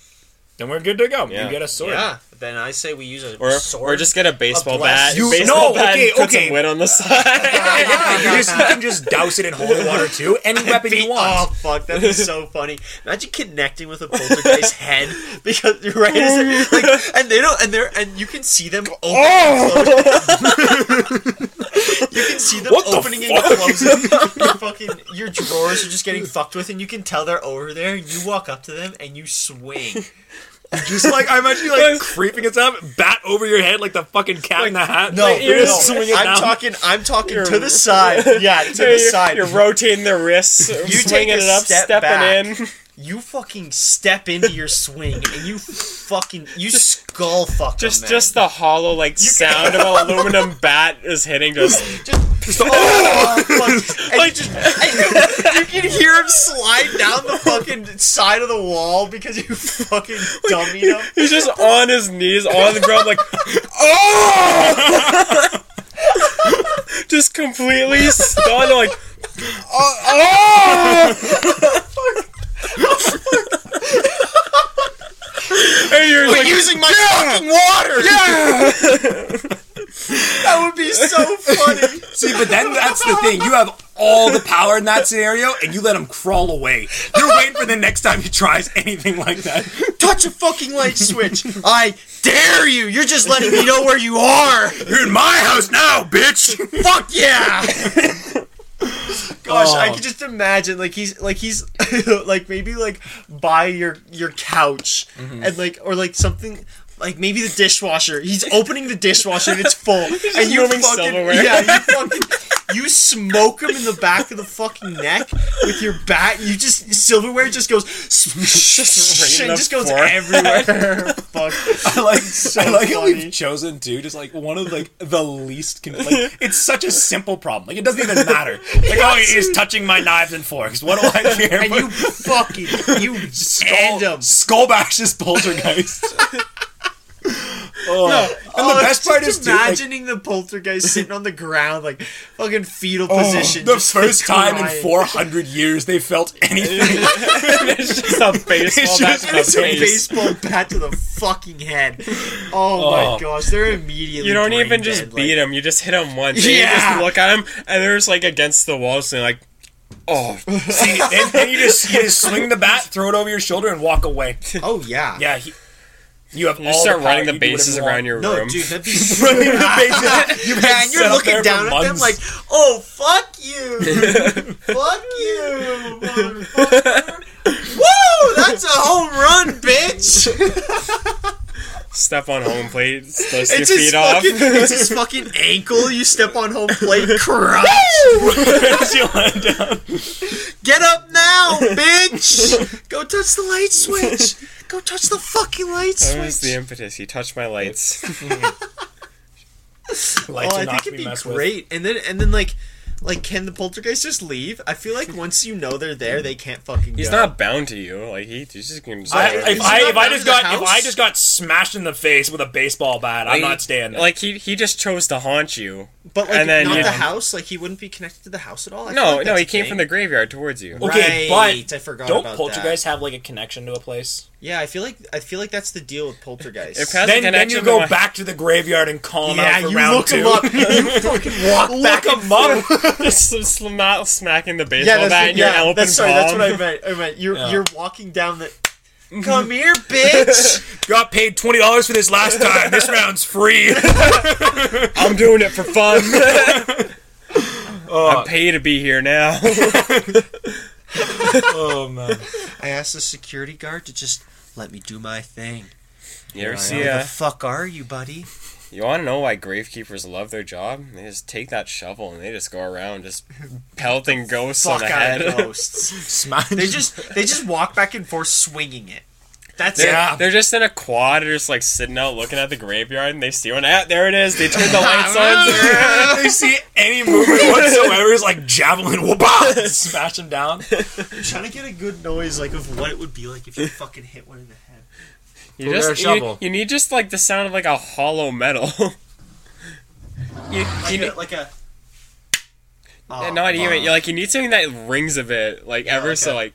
Then we're good to go.
Yeah.
You get a sword.
Yeah, then I say we use a
or
sword.
or just get a baseball
bless
bat.
you.
baseball
No,
bat
okay,
and put
okay.
some wit on the side.
Yeah, yeah, you, just, you can just douse it in holy water too. Any weapon
Be-
you want.
Oh fuck, that'd be so funny. Imagine connecting with a poltergeist head because right as it, like, and they don't and they're and you can see them open
Oh!
and close. you can see them
What the
opening and closing your fucking your drawers are just getting fucked with and you can tell they're over there and you walk up to them and you swing.
Just like I imagine you like creeping itself, bat over your head like the fucking cat in the hat. Like, you're just swinging
I'm
down.
talking I'm talking to the side. Yeah, to the
you're,
side.
you're rotating the wrists,
take
swinging
a
it up,
step
stepping
back.
in.
you fucking step into your swing and you fucking you skull fuck
Just
them, man.
just the hollow like sound of an aluminum bat is hitting just
just oh, fuck. And, and you, you can hear him slide down the fucking side of the wall because you fucking dummied him.
He's just on his knees on the ground, like, oh! just completely stunned, like, oh! and you're like,
using my fucking water.
yeah!
That would be so funny.
See, but then that's the thing. You have all the power in that scenario, and you let him crawl away. You're waiting for the next time he tries anything like that.
Touch a fucking light switch. I dare you. You're just letting me know where you are.
You're in my house now, bitch.
Fuck yeah! Gosh, I
Oh.
could just imagine like he's like he's like maybe like by your your couch
Mm-hmm.
and like or like something like maybe the dishwasher. He's opening the dishwasher and it's full, and you fucking
moving silverware.
yeah, you fucking You smoke him in the back of the fucking neck with your bat. You just silverware just goes
Just right in
and
the
just goes
fork.
everywhere. Fuck.
I like, I like how
funny.
we've chosen to just like one of like the least. Con- like, it's such a simple problem. Like it doesn't even matter. Like oh, he's touching my knives and forks. What do I care?
And
But-
you fucking you stand him.
Skullbash is poltergeist. oh. and the
Oh,
best
just
part is too, like,
imagining the poltergeist sitting on the ground, like fucking fetal
oh,
position.
the
just,
first
like,
time in
crying.
400 years they felt anything.
it's just a baseball
It's
bat
just-
to the
It's a
face.
baseball bat to the fucking head. Oh,
Oh.
my gosh, they're immediately.
You don't
brain
even just
dead,
beat
like,
him. You just hit him once. and
Yeah.
You just look at him, and they're just like against the wall, just like, oh,
See, and, and you just you just swing the bat, throw it over your shoulder, and walk away.
Oh yeah.
Yeah, he, you have
you
all
just start
the power,
running the
you do whatever
bases
you want.
around your
No,
room.
dude, that'd be
Running the bases. You've
Yeah,
had
and you're
set up
looking
there
down
for
at them
months.
like, oh, fuck you. fuck you, motherfucker. Woo! That's a home run, bitch!
Step on home plate, slice your
It's
feet
his,
off.
fucking, it's his fucking ankle. You step on home plate, crush.
As you land down.
Get up now, bitch! Go touch the light switch. Go touch the fucking light
That was the
switch.
impetus. He touched my lights.
Lights
Oh,
are
I
not
think
to
it'd
be
be
messed with.
great. And then, and then, like, like, can the poltergeist just leave? I feel like once you know they're there, they can't fucking.
He's
go.
not bound to you. Like he, he's just gonna. Just
I,
Is
if
he
I,
not
if I
down
just
to the
got if
house?
I just got smashed in the face with a baseball bat, I'm not staying. There.
Like he, he just chose to haunt you.
But like
And then
not
you-
the house, like he wouldn't be connected to the house at all. I feel
No,
like
no,
that's
he
a
came
thing.
from the graveyard towards you.
Okay,
Right,
but
I forgot
don't
about
poltergeists have like a connection to a place?
Yeah, I feel like I feel like that's the deal with poltergeist.
If has a
Then, then
connection
you
to
go
my-
back to the graveyard and call them out for round two.
You fucking walk
Look them up.
Just sl- not smacking the
Yeah,
baseball
that's,
bat in your
yeah,
open
that's sorry. That's what I
palm.
meant. I meant you're
Yeah.
you're walking down the. Come here, bitch.
Got paid twenty dollars for this last time. This round's free.
I'm doing it for fun.
Oh, Uh,
I'm paid to be here now.
oh, man.
I asked the security guard to just let me do my thing.
You ever
Who
see
the
uh
fuck are you, buddy?
You want to know why gravekeepers love their job? They just take that shovel and they just go around just pelting ghosts on
Fuck
the
out of
head.
ghosts.
Smash.
they just they just walk back and forth swinging it. That's
They're,
it.
Yeah.
they're just in a quad, they're just like sitting out looking at the graveyard, and they see one. Ah, there it is. They turn the lights on.
they see any movement whatsoever is like javelin. Whoop! Smash them down.
trying to get a good noise like of what it would be like if you fucking hit one in the head.
You
They're a
just you,
shovel.
you need just like the sound of like a hollow metal. you,
Like
you
a,
need,
like a Oh,
and not even you like you need something that rings a bit, like ever
like
so
a-
like.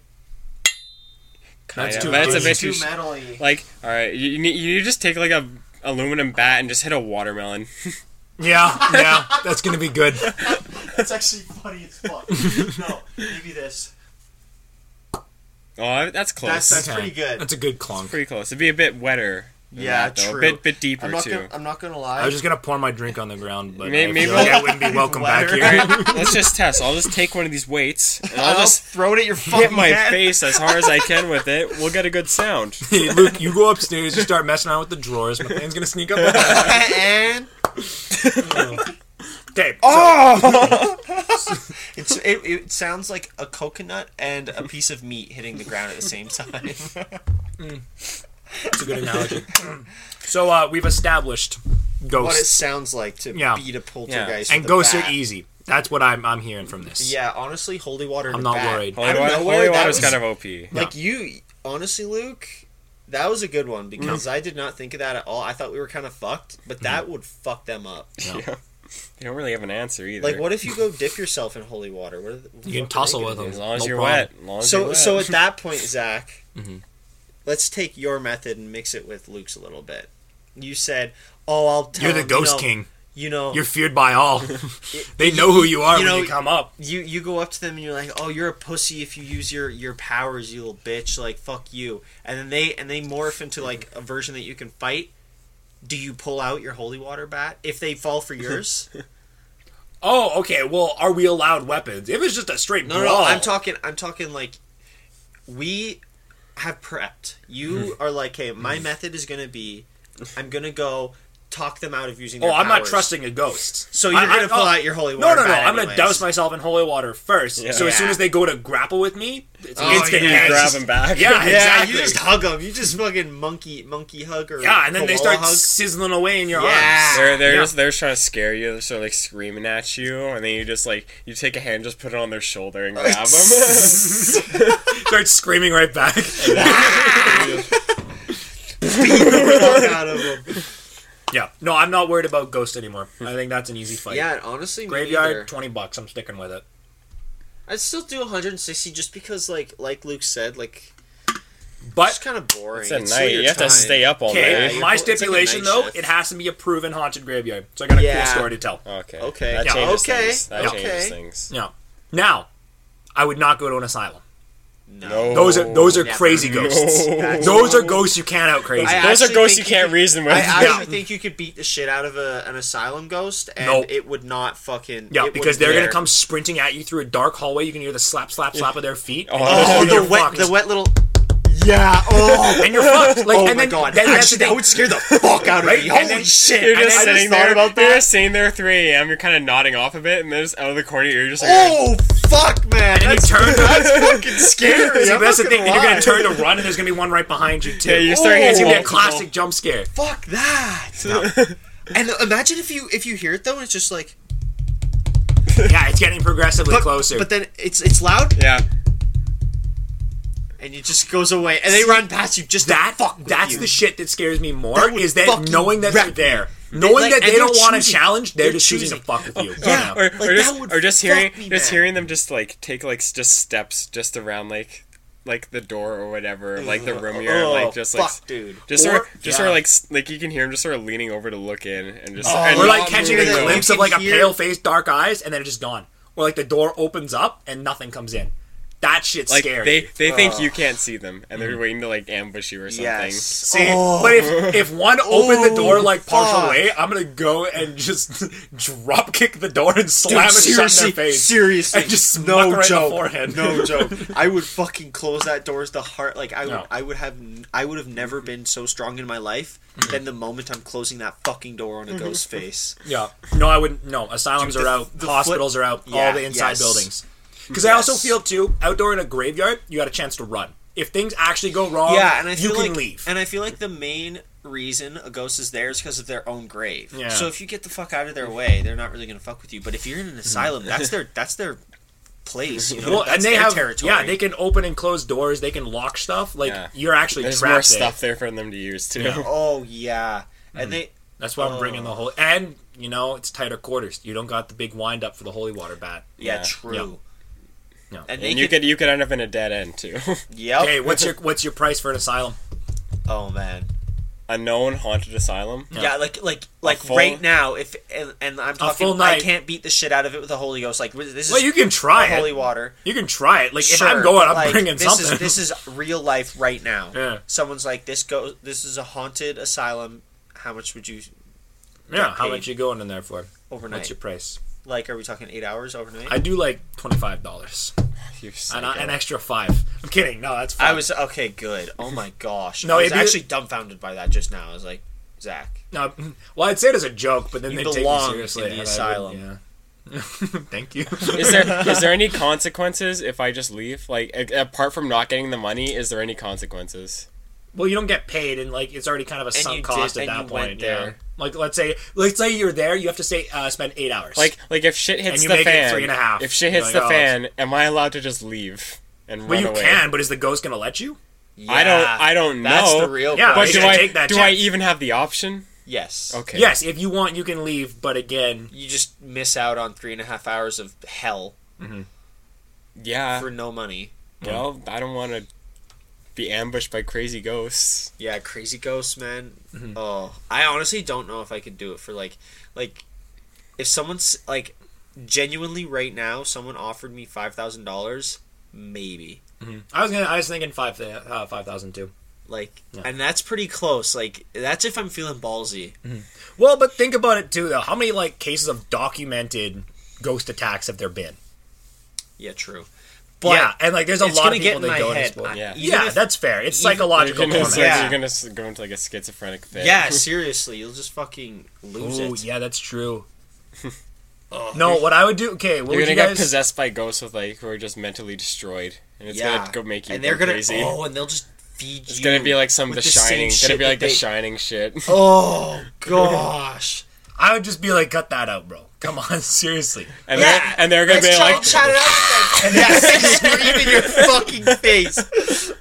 Kind
too
of, that's a
much.
bit
too
too. sh-
metally.
Like, all right, you, you need you just take like a aluminum bat and just hit a watermelon.
Yeah, yeah. That's gonna be good.
That's actually funny as fuck. no, maybe this.
Oh, that's close.
That's that's
Okay.
pretty good.
That's a good clunk.
pretty close. It'd be a bit wetter. than
Yeah,
that, though.
true.
A bit, bit deeper
I'm not
too.
gonna, I'm not gonna lie.
I was just gonna pour my drink on the ground, but
May-
I
maybe
feel like
I'll-
I wouldn't be welcome back
Water.
here.
All right, let's just test. I'll just take one of these weights and I'll just
throw it at your
hit
fucking
my
head.
face as hard as I can with it. We'll get a good sound.
Hey, Luke, you go upstairs, you start messing around with the drawers. McLean's gonna sneak up. behind-
and
Okay.
Oh! it's it, it sounds like a coconut and a piece of meat hitting the ground at the same time.
That's a good analogy. So uh, we've established
what it
ghosts
sounds like to
Yeah.
beat a poltergeist
and
with a
ghosts
bat.
are easy. That's what I'm I'm hearing from this.
Yeah, honestly, holy water. and
I'm
a
not
bat.
worried.
Holy,
Out of
wa-
nowhere,
holy
that
water's
was-
kind of OP.
Like you, honestly, Luke, that was a good one
Mm.
because I did not think of that at all. I thought we were kind of fucked, but that
Mm-hmm.
would fuck them up.
You don't really have an answer either.
Like, what if you go dip yourself in holy water? What are the,
You can
what are
tussle
they
with
gonna
them.
As long as
No
you're
problem.
wet. As long
do?
as
So,
you're
so
wet.
at that point, Zach,
Mm-hmm.
let's take your method and mix it with Luke's a little bit. You said, "Oh, I'll tell
You're the
him,
ghost
you know,
king.
You know,
You're feared by all. they know who you are
you know-
when you come up.
you you go up to them and you're like, "Oh, you're a pussy if you use your your powers, you little bitch. Like, fuck you." And then they and they morph into like a version that you can fight. Do you pull out your holy water bat if they fall for yours?
Oh, okay. Well, are we allowed weapons? If it's just a straight
No, no,
brawl,
no, I'm talking. I'm talking like we
Hmm.
have prepped. You are like, hey, my method is gonna be, I'm gonna go talk them out of using.
Oh,
Their
I'm not
powers.
trusting a ghost.
So you're
I- I-
gonna pull
oh,
out your holy
No,
water.
no, no!
bat
I'm gonna
anyways.
douse myself in holy water first. So as soon
Yeah.
as they go to grapple with me, it's
Oh,
instant
yeah.
yeah,
grab him back.
Yeah,
Yeah,
exactly.
you just hug them. You just fucking monkey monkey hug or
yeah, and then they
koala
start
hug.
sizzling away in your
Yeah.
arms.
They're they're
Yeah.
just they're just trying to scare you. They're sort of like screaming at you, and then you just like you take a hand, just put it on their shoulder and grab them.
Start screaming right back.
fuck out of 'em.
yeah. No, I'm not worried about ghost anymore. I think that's an easy fight.
Yeah, and honestly, me neither.
Graveyard, twenty bucks. I'm sticking with it.
I'd still do 160 just because, like, like Luke said, like it's
But
kind of boring.
It's at
still
night.
your
You have
time.
to stay up all
Yeah,
okay,
you're
night.
cool.
my
It's like a
stipulation
night
though,
shift.
it has to be a proven haunted graveyard. So I got a
Yeah.
cool story to tell.
Okay.
Okay.
That
Yeah.
changes
Okay.
things. That
Yeah.
changes
Okay.
things.
Yeah. Now, I would not go to an asylum.
No.
Those are those are
Oh, Never.
crazy ghosts.
No.
Those are ghosts you can't out crazy.
I
Those are
actually
ghosts you
think
can't reason with.
I
Yeah.
actually think you could beat the shit out of a, an asylum ghost, and
Nope.
it would not fucking.
Yeah,
it
because
wouldn't
they're
dare.
gonna come sprinting at you through a dark hallway. You can hear the slap, slap, slap of their feet. and
Oh,
Oh,
you're
the wet,
fucked.
the wet little. Yeah. Oh.
and you're fucked. Like,
oh
and
my
then,
god.
Then that's the
Actually, that
thing.
would scare the fuck out of
Right?
me.
And
Holy
then-
shit!
You're
I
just
never
sitting
thought
there.
about
You're
that.
just sitting there at 3 a.m. You're kind of nodding off a bit, and there's out of the corner of your ear, you're just like,
Oh fuck, man!
And you
that's,
turn.
that's fucking scary.
See,
I'm
that's
not
the thing.
gonna
You're
lie.
gonna turn to run, and there's gonna be one right behind you too.
Yeah, you're starting
Oh.
it's
hitting
gonna be a
multiple.
classic jump scare.
fuck that. and imagine if you if you hear it though, and it's just like.
Yeah, it's getting progressively closer.
But then it's it's loud,
Yeah.
and it just goes away, and they run past you. Just
that
to fuck. with
that's
you.
the shit that scares me more.
That would
is that
fucking
knowing that they're
wreck
there, knowing
like-
that
and
they
they're
don't want to
choosing.
challenge, they're,
They're
just choosing to
choosing.
fuck with you.
yeah.
Or,
Like,
or just,
that would
or just
fuck
hearing
me,
just
man.
hearing them just like take like s- just steps just around like like the door or whatever like the room you're in,
Oh,
like just like
fuck,
s-
dude.
just
Or-
sort of, just sort
yeah.
of like s- like you can hear him just sort of leaning over to look in and just
Oh,
and
Or
We're
like
Not
catching a
moving though.
glimpse
You
of like a
can hear-
pale face, dark eyes, and then it's just gone. Or like the door opens up and nothing comes in. That shit's
like
scary. Mm.
they they think you can't see them and they're waiting to like ambush you or something.
yes.
See, but if if one opened the door
Oh,
like partial
fuck.
way, I'm gonna go and just drop kick the door and
Dude,
slam it shut in
seriously,
their face.
seriously,
And just smack
no
her right in the
joke,
forehead.
no joke. I would fucking close that door as the heart. Like I, would,
No. Mm-hmm.
I would have, I would have never been so strong in my life than the moment I'm closing that fucking door on a
Mm-hmm.
ghost face.
Yeah. No, I wouldn't. No, asylums
Dude,
are
the-
out.
the
hospitals are out. all
Yeah,
the inside
yes.
buildings. Because I also
Yes.
feel too outdoor in a graveyard, you got a chance to run. If things actually go wrong,
yeah, and I
you
feel
can
like,
leave.
and I feel like the main reason a ghost is there is because of their own grave.
Yeah.
So if you get the fuck out of their way, they're not really gonna fuck with you. But if you're in an asylum, that's their that's their place. You know?
Mm. well,
that's
and they
their
have
territory.
yeah, they can open and close doors. They can lock stuff. Like
Yeah.
you're actually
There's
trapped.
more
there.
stuff there for them to use too.
Yeah.
Oh yeah,
Mm.
and they.
That's why I'm bringing the
Oh.
whole. And you know, it's tighter quarters. You don't got the big wind up for the holy water bat.
Yeah,
Yeah.
true.
Yeah. Yeah.
And they
And you
could,
could you could end up in a dead end too.
yep.
Hey, what's your what's your price for an asylum?
Oh man.
a known haunted asylum.
Yeah, like like like
full-
right now, if and, and I'm talking,
full
I
night.
can't beat the shit out of it with the Holy Ghost. Like this is
Well, you can try it.
holy water.
You can try it. Like
Sure,
if I'm going, I'm
like,
bringing
this
something.
Is, this is real life right now.
Yeah.
Someone's like, this go. This is a haunted asylum. How much would you
yeah, how
paid.
much you going in there for?
overnight?
What's your price?
Like, are we talking eight hours overnight?
I do like twenty five dollars,
You
an,
psycho.
an extra five. I'm kidding. No, that's fine.
I was okay. Good. Oh my gosh.
No,
I was
it'd be-
actually dumbfounded by that just now. I was like, Zach.
no. Well, I'd say it as a joke, but then
You
they take me
belong
seriously.
in the
and I would-
asylum.
yeah. Thank you.
Is there is there any consequences if I just leave? Like a- apart from not getting the money, is there any consequences?
well, you don't get paid, and like it's already kind of a
you
sunk cost
did-
at
and
that
you
point.
went there.
yeah. Like let's say let's say you're there, you have to stay uh, spend eight hours.
Like like if shit hits
And you
the
make it
fan,
three and a half.
if shit
You're
hits
like,
the
"Oh, it's-
fan, am I allowed to just leave and
well,
run
you
away?
can, but is the ghost gonna let you?
I don't-
Yeah,
I don't
That's
know.
the real.
Yeah,
But
They
question.
do
should
I
take that
do I
chance.
even have the option?
Yes.
Okay.
Yes, if you want, you can leave. But again,
you just miss out on three and a half hours of hell
Yeah.
for no money.
well, I don't want to be ambushed by crazy ghosts.
Yeah, crazy ghosts, man.
Mm-hmm.
Oh, I honestly don't know if I could do it for like, like, if someone's like, genuinely right now, someone offered me five thousand dollars, maybe.
I was gonna. I was thinking five uh, five thousand too.
Like,
Yeah.
and that's pretty close. Like, that's if I'm feeling ballsy.
Mm.
Well, but think about it too, though. How many like cases of documented ghost attacks have there been?
Yeah, true.
But
yeah, and like there's a
it's
lot
gonna
of
get
people
in
that
my
don't
head.
explore.
I-
Yeah,
Yeah.
even if-
that's fair. It's
even-
You're
psychological
gonna,
torment.
it's like
Yeah.
you're gonna s- go into like a schizophrenic thing.
Yeah, seriously, you'll just fucking lose
Ooh,
it.
yeah, that's true. no, what I would do? Okay, what would
You're gonna
you
get
guys?
possessed by ghosts with like who are just mentally destroyed, and it's
yeah,
gonna go make you
and they're
go
gonna
crazy.
oh, and they'll just feed you.
it's gonna be like some of the,
with same
shining. It's
shit
gonna be like
that
the
they-
shining shit.
Oh gosh.
I would just be like, cut that out, bro. Come on, seriously.
And
Yeah.
they're and they're gonna
Let's
be
try-
like,
try it out. And yeah, scream in your fucking face.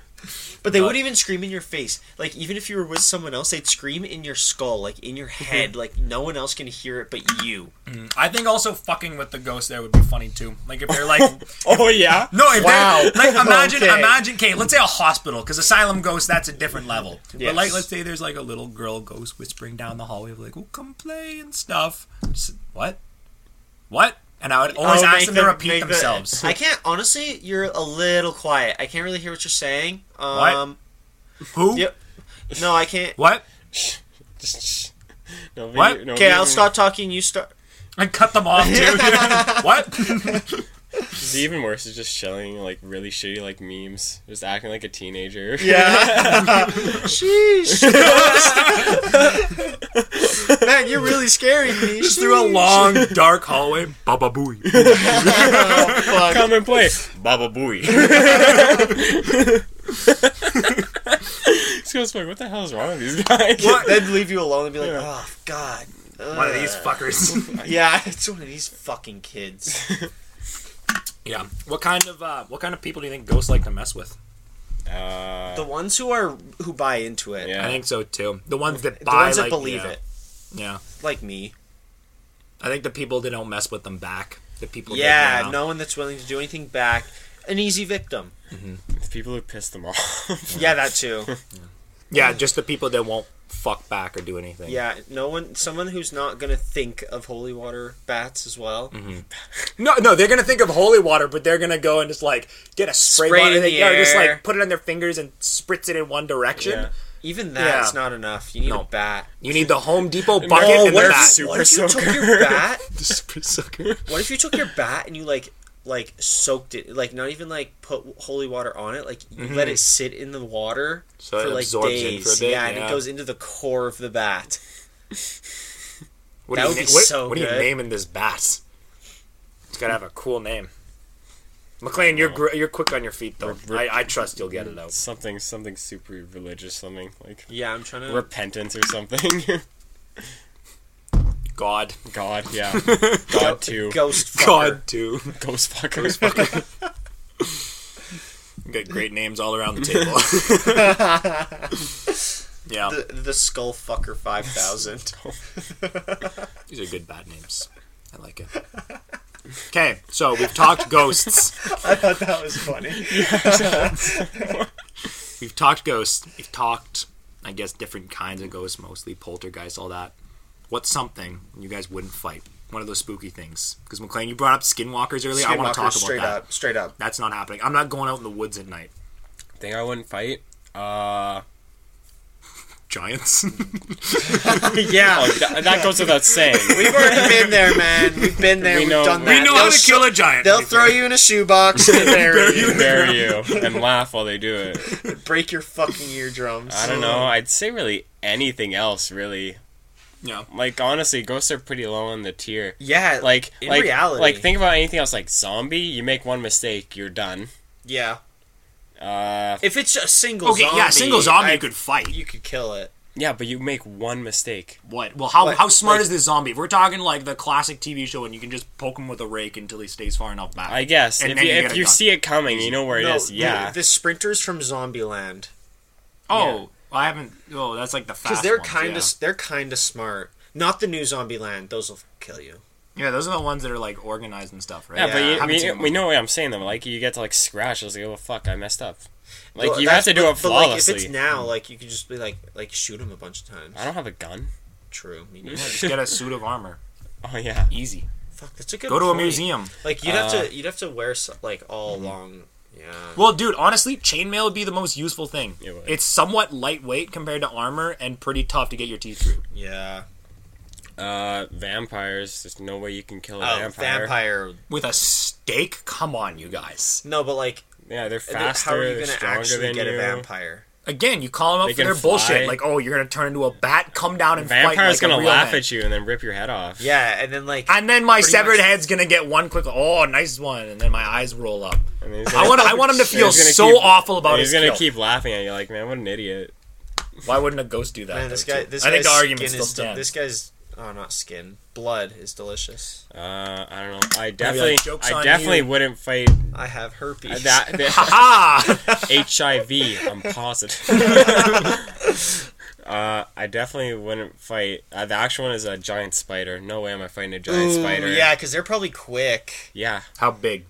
But they
Uh,
wouldn't even scream in your face. Like even if you were with someone else, they'd scream in your skull, like in your
Mhm.
head, like no one else can hear it but you.
I think also fucking with the ghost there would be funny too. Like if they're like
oh yeah,
No, if
Wow.
they're like imagine
Okay.
imagine okay, let's say a hospital because asylum ghosts that's a different level. But
Yes.
like let's say there's like a little girl ghost whispering down the hallway of like, "Oh, come play and stuff." Just, what? What? And I would always
Oh,
ask
make
them to repeat
make
themselves.
I can't honestly. You're a little quiet. I can't really hear what you're saying.
What?
Um,
Who?
Yep. No, I can't.
What?
Just- shh. No, we-
What?
no,
Okay,
we-
I'll stop talking. You start.
I cut them off too. what?
The even worse is just showing like really shitty like memes, just acting like a teenager.
Yeah. Sheesh. Man, you're really scaring me.
Just through a long dark hallway. Baba booey.
come and play, Baba Booey. This goes like, what the hell is wrong with these guys?
What?
They'd leave you alone and be like,
Yeah.
oh, God.
One of these fuckers.
Yeah, it's one of these fucking kids.
yeah. What kind of uh, what kind of people do you think ghosts like to mess with?
Uh,
The ones who are who buy into it,
yeah.
I think so too. The ones that
the
buy
ones that
like,
believe
yeah.
it,
Yeah.
like me.
I think the people that don't mess with them back. The people.
Yeah,
that
no one that's willing to do anything back. An easy victim.
It's people who piss them off.
Yeah, that too.
Yeah, just the people that won't fuck back or do anything.
Yeah, no one, someone who's not gonna think of holy water bats as well.
Mm-hmm. No, no, they're gonna think of holy water, but they're gonna go and just like get a spray,
Spray it
bottle
in
they-
the
yeah, or just
air.
like put it on their fingers and spritz it in one direction.
Yeah.
Even that,
Yeah.
it's not enough. You need
No.
a bat. Oh,
You need the Home Depot bucket
No,
and
what
the
if
bat.
you-
what if you took your bat?
The spritz sucker.
What if you took your bat and you like like soaked it, like not even like put holy water on it, like you let it sit in the water
Mm-hmm. So
for
it
like
absorbs in
days.
for a bit,
yeah, and it
yeah.
goes into the core of the bat.
What
That
do
would
you na-
be
what,
so
what are you
good.
naming this bat? It's gotta have a cool name. McLean, you're gr- you're quick on your feet though.
Re- re-
I, I trust you'll get it out.
something, something super religious, something like
Yeah, I'm trying to.
repentance or something.
God,
God, yeah, God too,
Ghost fucker.
God too.
ghost fucker.
Got great names all around the table. yeah,
The, the skull fucker five thousand.
these are good bad names. I like it. Okay, so we've talked ghosts.
I thought that was funny.
We've talked ghosts. We've talked, I guess, different kinds of ghosts, mostly poltergeist, all that. What's something you guys wouldn't fight? One of those spooky things. Because McLean, you brought up skinwalkers earlier. I
Skinwalker,
want to talk about
straight
that.
up, straight up.
That's not happening. I'm not going out in the woods at night.
Thing I wouldn't fight. Uh,
Giants.
yeah,
oh, that, that goes without saying.
we've already been there, man. We've been there.
We
We
know-
have done
we
that.
you know
They'll
how to
sh-
kill a giant.
They'll throw you in a shoebox and bury you.
bury you and laugh while they do it.
Break your fucking eardrums.
I don't know. I'd say really anything else. Really,
Yeah.
like honestly, ghosts are pretty low on the tier.
Yeah,
Like,
in
like,
reality,
like think about anything else. Like zombie, you make one mistake, you're done.
yeah.
Uh,
If it's a single
Okay,
zombie,
yeah, single zombie
I-
you could fight.
you could kill it.
yeah, but you make one mistake.
What? Well, how
Like-
how smart
like-
is this zombie? If we're talking like the classic TV show, and you can just poke him with a rake until he stays far enough back.
I guess
And
if
then
you,
you
if
get it
you
done.
see it coming, you know where it is.
the-
Yeah,
the, sprinters from Zombieland
oh, I haven't. Oh, that's like the fast.
because they're
ones,
kind
yeah.
of they're kind of smart. Not the new Zombieland; those will kill you.
Yeah, those are the ones that are like organized and stuff, right?
yeah,
Yeah, I
but
haven't
you,
seen
we,
them
we
all.
know what I'm saying though. Like you get to like scratch, it's like oh fuck, I messed up. Like
Well,
you
that's-
have to do
but-
it
but, like, if
flawlessly. Mm.
it's now, like you could just be like like shoot him a bunch of times.
I don't have a gun.
True. Me
Yeah,
neither.
just get a suit of armor.
Oh yeah,
Easy.
Fuck, that's a good.
Go to a
point.
museum.
Like you'd
Uh,
have to you'd have to wear some, like all
mm-hmm.
long. Yeah.
Well, dude, honestly, chainmail would be the most useful thing.
It would.
It's somewhat lightweight compared to armor and pretty tough to get your teeth through.
Yeah.
Uh, vampires. There's no way you can kill a
Oh,
vampire.
vampire.
With a steak? Come on, you guys.
No, but like,
Yeah, they're
th-
faster.
how are you
they're
gonna
stronger
actually
than
get
you.
a vampire?
Again, you call them
They
up for
can
their
fly.
bullshit. Like, oh, you're gonna turn into a bat. Come down and fight. like
Vampire's
a
gonna
real
laugh
man.
at you and then rip your head off.
Yeah, and then like,
And then my
Pretty
severed
much.
head's gonna get one quick. Oh, nice one. And then my eyes roll up.
And he's
I
gonna-
want. I want him to
and
feel
he's gonna
so
keep-
awful about
and
his
He's gonna
kill.
keep laughing at you, like, man, what an idiot.
Why wouldn't a ghost do that?
man, this
though,
guy,
too?
this
I think
guy's
the argument
skin
still
is de-
stands.
this guy's oh, not skin, blood is delicious.
Uh, I don't know. I definitely,
"Joke's
I
on
definitely
you."
wouldn't fight
I have herpes.
Uh, that. that-
Ah,
HIV. I'm positive. uh, I definitely wouldn't fight. Uh, the actual one is a giant spider. No way am I fighting a giant
Ooh,
spider.
yeah, because they're probably quick.
Yeah,
how big,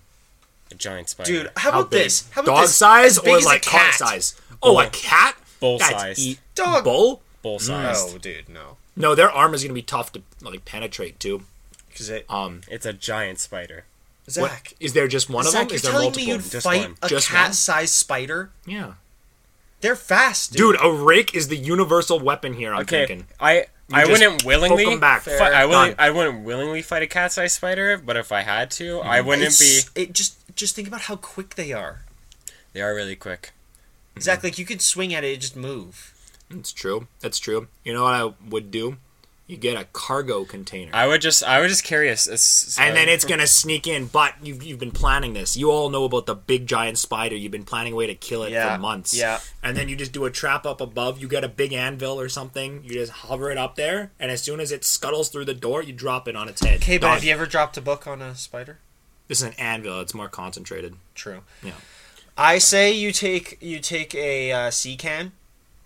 a giant spider.
Dude, how
how
about
big?
this? How about
Dog
this?
size
As big
or
as a
like cat
cat?
size? Oh, a cat.
Bull
That's
sized.
e-
Dog.
Bull.
Bull sized.
Oh, dude, no,
No, their arm is gonna be tough to like penetrate too.
because it.
Um,
It's a giant spider.
Zach,
what, is there just one
Zach,
of them?
you're
Is there
telling
multiple?
me you'd
Just
fight
one.
a
Just one?
cat-sized spider?
yeah,
They're fast, dude.
dude, a rake is the universal weapon here. I'm
Okay,
thinking.
I I
just
wouldn't
poke
willingly.
'em back.
fi- I
Fair.
wouldn't.
Done.
I wouldn't willingly fight a cat sized spider, but if I had to, I
Mm-hmm.
wouldn't be.
It's- It just just think about how quick they are.
They are really quick.
Mm-hmm.
Zach, like you could swing at it, it just move.
It's true. That's true. You know what I would do? You get a cargo container.
I would just. I would just carry a. s- a s-
and then it's gonna sneak in. But you've, you've been planning this. You all know about the big giant spider. You've been planning a way to kill it
Yeah,
for months.
yeah.
And then you just do a trap up above. You get a big anvil or something. You just hover it up there, and as soon as it scuttles through the door, you drop it on its head.
Okay, but
Done.
have you ever dropped a book on a spider?
this is an anvil. It's more concentrated.
True.
Yeah.
I say you take you take a uh, sea can,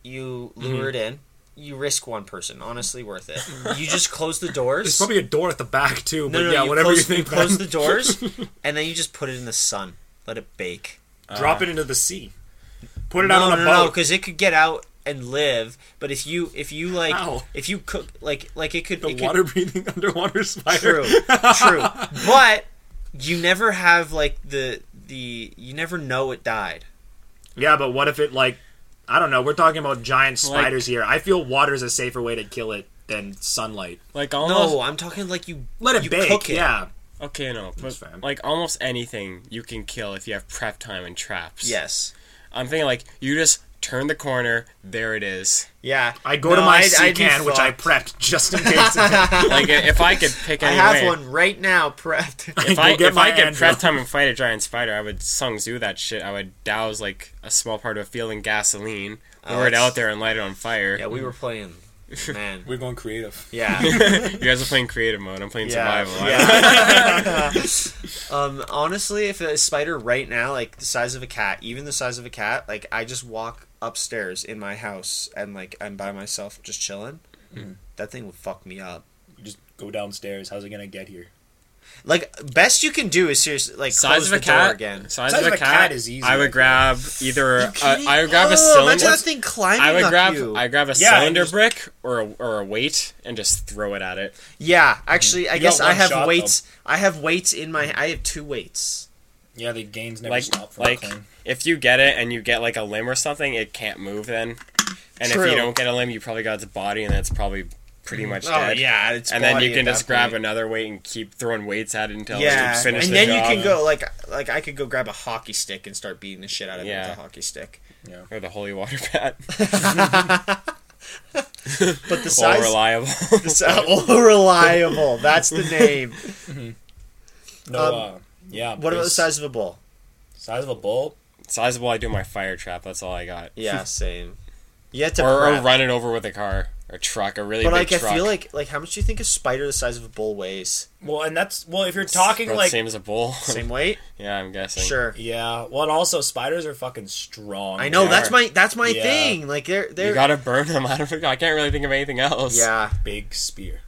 you
Mm-hmm.
lure it in. You risk one person. Honestly, worth it. You just close the doors.
There's probably a door at the back too.
no,
But
no,
yeah,
you
whatever
close,
you think.
close
man.
the doors, and then you just put it in the sun. Let it bake.
drop it into the sea. Put it
no,
out on a
no,
boat.
because it could get out and live. But if you if you like
How?
if you cook like like it could
The
it could-
water breathing underwater spider.
True, true. But you never have like the the you never know it died.
Yeah, but what if it like I don't know, we're talking about giant
Like-
spiders here. I feel water's a safer way to kill it than sunlight.
like almost.
No, I'm talking like you
Let it
you
bake.
Cook it.
Yeah.
Okay, no, but
fair.
like almost anything you can kill if you have prep time and traps.
Yes.
I'm thinking like you just turn the corner, there it is.
Yeah.
I go
No,
to my
I'd-
sea
I'd be
can, which I
fucked.
prepped just in case. I
Like i- if I could pick
I
any
have
way,
one right now prepped.
if I
Go get
if I
my
could
anvil.
prep time and fight a giant spider, I would sung zoo that shit. I would douse like a small part of a field in gasoline,
Oh,
lure it
that's-
out there and light it on fire.
yeah, we were playing. Man.
We're going creative.
Yeah.
you guys are playing creative mode. I'm playing
Yeah.
survival.
yeah. um, honestly, if a spider right now, like the size of a cat, even the size of a cat, like I just walk upstairs in my house and like I'm by myself just chilling, that thing would fuck me up.
Just go downstairs. How's it gonna get here?
Like best you can do is seriously like
Size
close
of a
the door
cat.
again.
Size, of a cat
is easy,
I
I
would
feel.
grab either. A, I would
oh,
grab a
Imagine
cylinder.
that thing climbing
I would
up
grab
you.
I grab a
Yeah,
cylinder
just-
brick or a, or a weight and just throw it at it.
yeah, actually, I
You got
guess I
one
have
shot,
weights. I have weights in my. I have two weights.
Yeah, the gains never
Like like if you get it and you get like a limb or something, it can't move then. And if
True.
you don't get a limb, you probably got its body and it's probably pretty much
Oh
dead.
yeah, it's
And then
body
you
at
can
that
just grab
point.
another weight and keep throwing weights at it until
Yeah,
you finish
and
the
then you
job.
can go like like I could go grab a hockey stick and start beating the shit out of it
Yeah.
with a hockey stick.
or the holy water pat.
But the
All
size,
reliable.
the si- all reliable. That's the name.
No,
um,
uh, yeah.
What about the
there's-
size of a bull?
size of a bull?
Sizable. I do my fire trap. That's all I got.
Yeah, same. You have to
Or, or
prep.
run it over with a car, a truck, a really
But
big
like, I
truck.
feel like like how much do you think a spider the size of a bull weighs?
Well, and that's well. If you're talking
About the
like
same as a bull.
Same weight?
yeah, I'm guessing.
Sure.
yeah, well, and also spiders are fucking strong.
I know
They
that's
are.
my that's my
Yeah.
thing. Like they're they're
You gotta burn them. I don't. think- I can't really think of anything else.
yeah
Big spear.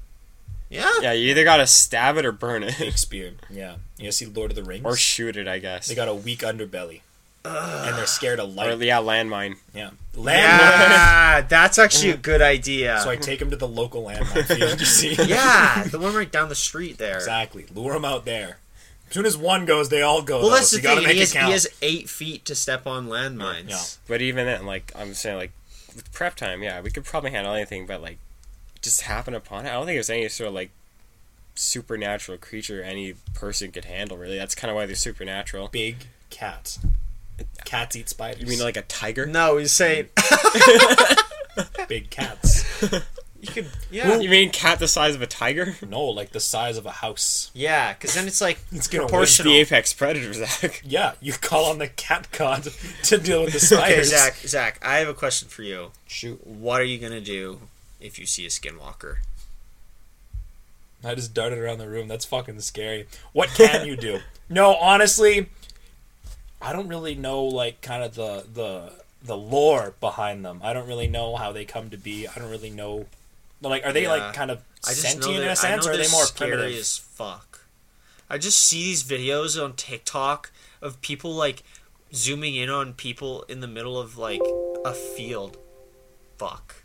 yeah.
Yeah, you either gotta stab it or burn it.
Big spear. Yeah. You see Lord of the Rings?
Or shoot it, I guess.
They got a weak underbelly. and they're scared of
Or,
light.
yeah, landmine.
yeah.
Yeah, that's actually a good idea.
So I take him to the local landmine field, you see?
yeah, the one right down the street there.
Exactly. Lure him out there. As soon as one goes, they all go.
Well,
though,
that's
so
the
you gotta
thing.
make
He
it
has, he
count.
has eight feet to step on landmines.
Yeah.
But even then, like, I'm saying, like, with prep time, yeah, we could probably handle anything, but, like, just happened upon it. I don't think there's any sort of like supernatural creature any person could handle. Really, that's kind of why they're supernatural.
Big cats. Cats eat spiders.
You mean like a tiger?
No, he's saying
big cats?
you could. Yeah,
You mean cat the size of a tiger?
No, like the size of a house.
yeah. Because then it's like
It's gonna
It's the
proportional.
apex predator, Zach.
Yeah, you call on the cat god to deal with the
Okay,
spiders.
Zach. Zach, I have a question for you.
Shoot,
What are you gonna do if you see a skinwalker?
I just darted around the room. That's fucking scary. What can you do? no, honestly, I don't really know. Like, kind of the the the lore behind them. I don't really know how they come to be. I don't really know. Like, are they
Yeah.
like kind of
I just
sentient
know
in
that,
a sense,
I
or
know
are they
they're
more
scary
primitive?
as fuck. I just see these videos on TikTok of people like zooming in on people in the middle of like a field. Fuck.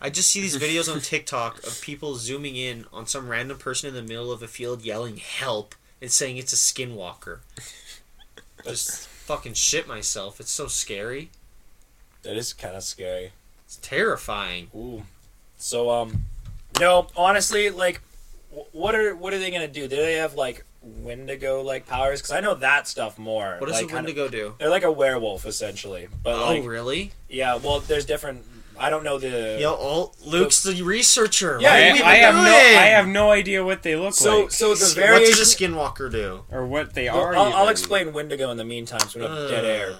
I just see these videos on TikTok of people zooming in on some random person in the middle of a field yelling help and saying it's a skinwalker. Just fucking shit myself. It's so scary.
That is kind of scary.
It's terrifying.
Ooh. So um, no, honestly, like, wh- what are what are they gonna do? Do they have like Wendigo like powers? Because I know that stuff more.
What does
like,
a
kinda-
Wendigo do?
they're like a werewolf essentially, but
Oh,
like
really?
yeah. Well, there's different. I don't know the.
Yo, all, Luke's the researcher.
Yeah,
What
I,
are
you
we
even
I have no,
doing?
I have no idea what they look
So
like
so the
what
variation.
does a skinwalker do?
or what they
Well,
are.
I'll, I'll
even.
explain Wendigo in the meantime, so we don't have
Ugh.
dead air.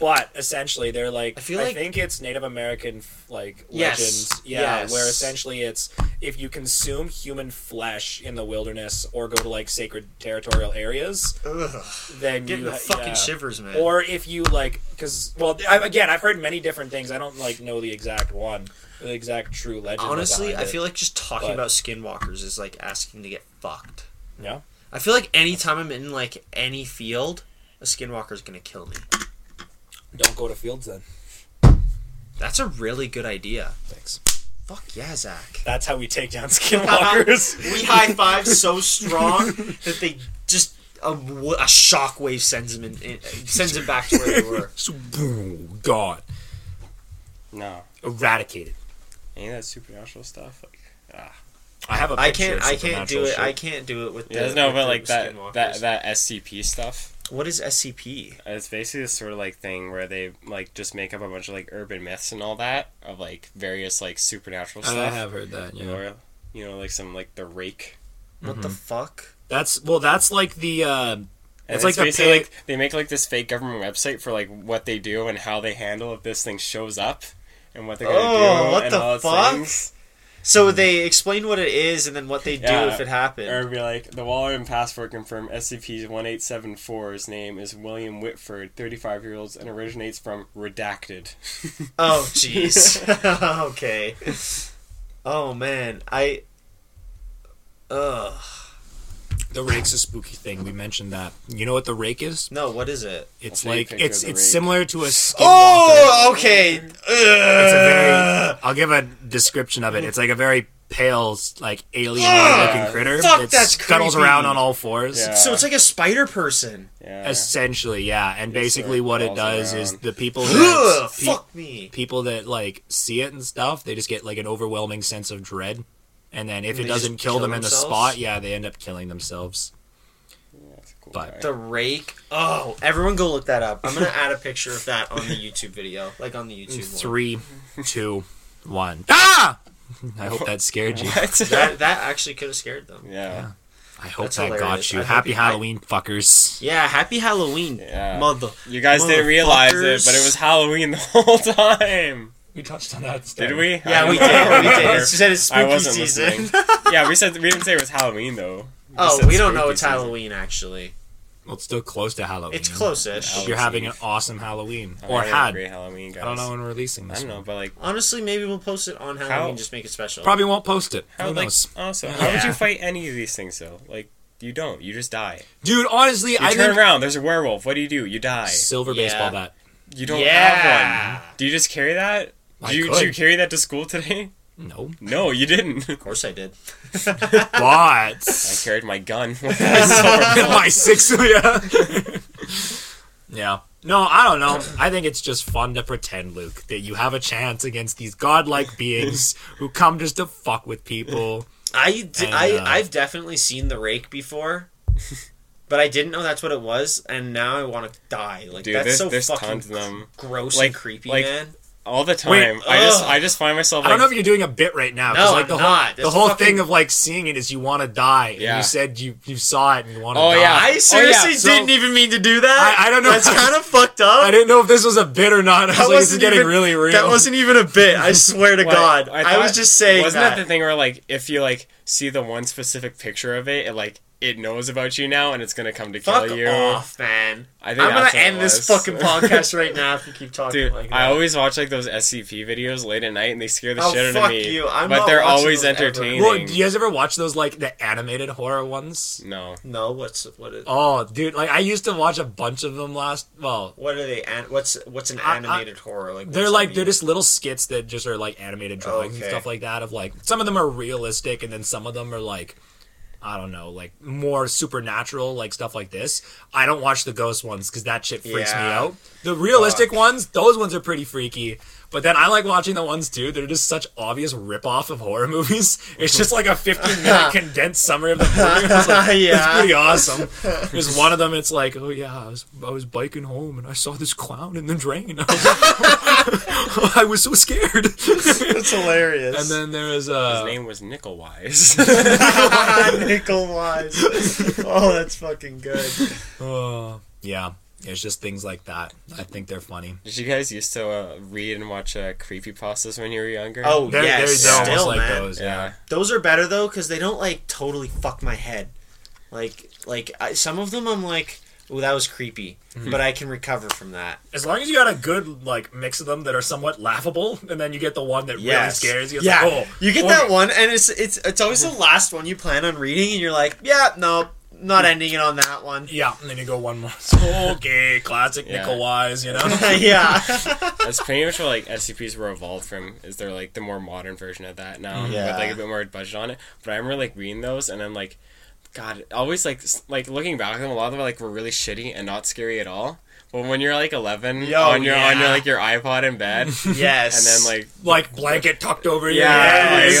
But essentially, they're like I,
Uh. I feel like-
think it's Native American f- like
Yes.
legends, yeah,
Yes.
where essentially it's if you consume human flesh in the wilderness or go to like sacred territorial areas,
Ugh.
then
Getting
you
the
ha-
fucking
yeah.
shivers, man.
Or if you like, because well, I, again, I've heard many different things. I don't like know the exact one, the exact true legend.
Honestly, I feel like just talking
But-
about skinwalkers is like asking to get fucked.
Yeah.
I feel like anytime I'm in like any field, a skinwalker's gonna kill me.
don't go to fields then.
That's a really good idea.
Thanks.
Fuck yeah, Zach.
That's how we take down skinwalkers.
we high five so strong that they just a, wo- a shockwave sends them in, in, sends them back to where they were.
So, boom, gone.
No,
Eradicated.
any of that supernatural stuff. Like, ah.
I have a
I can't. I can't do it. I can't do it with. The,
Yeah, no,
with
but
the
like that,
skinwalkers.
that that SCP stuff.
What is E SCP?
It's basically this sort of like thing where they like just make up a bunch of like urban myths and all that of like various like supernatural stuff.
heard that.
Or, you know, like some like the rake.
What the
Mm-hmm.
fuck?
That's well. That's like the. Uh,
And
It's
it's
like
like
the
basically
pig-
like they make like this fake government website for like what they do and how they handle if this thing shows up and what they're gonna
Oh,
do
what
and
the
all its
fuck?
things.
So they explain what it is and then what they do
Mm-hmm. Yeah.
if it happened.
Or it'd be like the wallet and password confirm SCP 1874's name is William Whitford, 35 year olds, and originates from redacted.
oh jeez. okay. Oh man, I. Ugh.
the rake's a spooky thing. We mentioned that. You know what the rake is?
No, what is it?
It's
I'll show you a
like
picture
it's
of the
it's
rake.
similar to a skinwalker.
Oh, okay. Ugh.
It's a very. I'll give a description of it. It's like a very pale, like alien-looking
Ugh.
critter.
Ah! Fuck,
that
that's
scuttles
creepy.
around on all fours.
Yeah.
So it's like a spider person.
Yeah.
Essentially, yeah. And basically,
sort of
what it
crawls
does is
around.
the people
Ugh,
that pe-
fuck me.
people that like see it and stuff, they just get like an overwhelming sense of dread. And then if
And
it
they just
doesn't kill
kill
them in the
themselves?
spot, yeah, they end up killing themselves.
Yeah, it's a cool
But-
guy.
The rake. Oh, everyone go look that up. I'm gonna add a picture of that on the YouTube video, like on the YouTube. one.
Three, two, one. Ah! I hope that scared you.
That that actually could have scared them.
yeah.
I hope
That's
that got
hilarious.
you.
I hope
Happy
you- I-
Halloween, fuckers.
Yeah, happy Halloween,
Yeah.
mother.
You guys didn't realize it, but it
Motherfuckers.
was Halloween the whole time.
We touched on that.
Did we?
Yeah,
I
we did.
don't
We did.
remember.
It's said it's spooky
I wasn't
season.
listening. yeah, we said we didn't say it was Halloween though. We
Oh,
said
we don't know
spooky
it's
season. Mm.
Halloween actually.
Well, it's still close to Halloween.
It's close-ish.
Hope You're having an awesome Halloween.
I
Or
had a
had.
great Halloween, guys.
I don't know when we're releasing
I
this.
don't know,
one.
but like,
Honestly, maybe we'll post it on Halloween.
How-
Just make it special.
Probably won't post it.
how
Who
like
knows?
also, how would
Yeah.
you fight any of these things though? Like, you don't. You just die.
Dude, honestly,
You
I
turn
think
around. There's a werewolf. What do you do? You die.
silver
Yeah.
baseball bat.
You don't
Yeah.
have one. Do you just carry that?
I
Do you,
could.
do you carry that to school today?
No,
No, you didn't.
Of course, I did.
I
but
carried my gun.
my six. Yeah. yeah.
No, I don't know. I think it's just fun to pretend, Luke, that you have a chance against these godlike beings who come just to fuck with people.
Oh,
I, d-
And,
I,
uh,
I've definitely seen the rake before, but I didn't know that's what it was, and now I want to die. Like
Dude,
that's
there's-
so
there's
fucking
tons of them.
gross
Like-
and creepy,
like- uh,
man.
all the time. I just
ugh.
I just find myself.
I
Like,
don't know if you're doing a bit right now. 'cause,
No,
like
I'm
the
not.
whole, the
That's
whole
fucking-
thing of like seeing it is you want to die. And
Yeah.
you said you you saw it and you want to
Oh,
die.
yeah.
I
yeah,
seriously
so-
didn't even mean to do that.
I- I don't know.
That's kind of fucked up.
I didn't know if this was a bit or not. I was
That
like, this is
wasn't
getting
even-
really real.
That wasn't even a bit. I swear to
What?
God, I, was
thought-
just saying
Wasn't
that.
the thing where like if you like see the one specific picture of it, it like it knows about you now and it's gonna come to
Fuck
kill you.
off, man.
I
I
think
am gonna
that's what it
end this
was.
fucking podcast right now if you keep talking
Dude,
like that.
I always watch like those SCP videos late at night, and they scare the
Oh,
shit out
fuck
of me.
you. I'm
but
not
they're
watching
always
those ever.
entertaining.
Well, do you guys ever watch those like the animated horror ones?
no,
no, what's what? Is,
Oh, dude, like I used to watch a bunch of them last. Well,
what are they? An, what's what's an
I- I-
animated horror like?
They're
what's
like
that
they're
mean?
just little skits that just are like animated drawings
Okay.
and stuff like that. Of like some of them are realistic, and then some of them are like I don't know, like more supernatural, like stuff like this. I don't watch the ghost ones because that shit freaks me
Yeah.
out. The realistic ones, those ones are pretty freaky. But then I like watching the ones too. They're just such obvious rip-off of horror movies. It's just like a 15 minute condensed summary of the movie. I was like,
Yeah.
That's pretty awesome. There's one of them. It's like, oh yeah, I was, I was biking home and I saw this clown in the drain. I was, I was so scared.
That's hilarious.
and then there is
Oh.
his
uh,
name was Nickelwise.
nickel wise. oh, that's fucking good.
uh, yeah, it's just things like that. I think they're funny.
Did you guys used to uh, read and watch uh, creepy pastas when you were younger?
Oh
They're,
yes,
they're, they're
still
almost like
man.
those. Yeah.
yeah.
those are better though because they don't like totally fuck my head like like I, some of them i'm like oh that was creepy but i can recover from that
As long as you got a good like mix of them that are somewhat laughable, and then you get the one that
yes
really scares you. It's
yeah
like, oh, Mm-hmm.
you get
oh,
that one and it's it's it's always the last one you plan on reading and you're like yeah no not
Mm.
ending it on that one
Yeah, and then you go one more. okay, classic
Yeah.
nickel wise, you know.
yeah
That's pretty much what like SCPs were evolved from. Is they're like the more modern version of that now,
Yeah.
with like a bit more budget on it. But I remember like reading those, and then like, God, always like s- like looking back at them, a lot of them like were really shitty and not scary at all. But when you're like 11
Yo,
on your on your
yeah.
like your iPod in bed, and
yes
then like
like blanket tucked over your
Yeah,
head.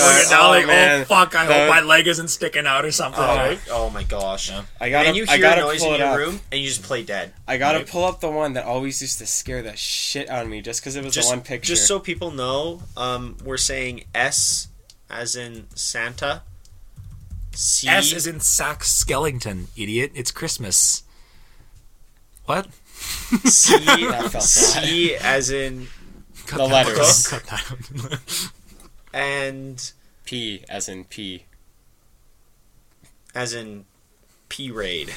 like,
Like,
oh,
now, like,
man.
oh fuck, I hope
That-
my leg isn't sticking out or something.
oh,
right?
oh my gosh
I gotta
and you
I
hear a
gotta
noise in
pull it
your
up.
room and you just play dead
I gotta pull up the one that always used to scare the shit out of me just because it was
just,
the one picture.
just so people know, um, we're saying S as in Santa. C
S is in Sack Skellington, idiot. It's Christmas. What?
C,
felt bad.
C as in
Cut
The
that out.
letters.
Cut that out.
and
P as in P.
as in P raid,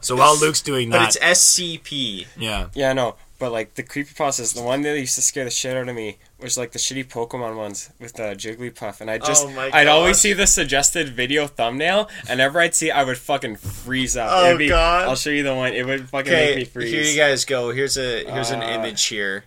so while Luke's doing
but
that,
it's SCP.
yeah.
Yeah, no, but like the creepy process, the one that used to scare the shit out of me was like the shitty Pokemon ones with the Jigglypuff, and I just,
Oh my
I'd always
gosh.
see the suggested video thumbnail, and whenever I'd see, it, I would fucking freeze up.
Oh
It'd be-
God.
I'll show you the one. It would fucking make me
Okay,
freeze.
here you guys go. Here's a here's an
Uh,
image here.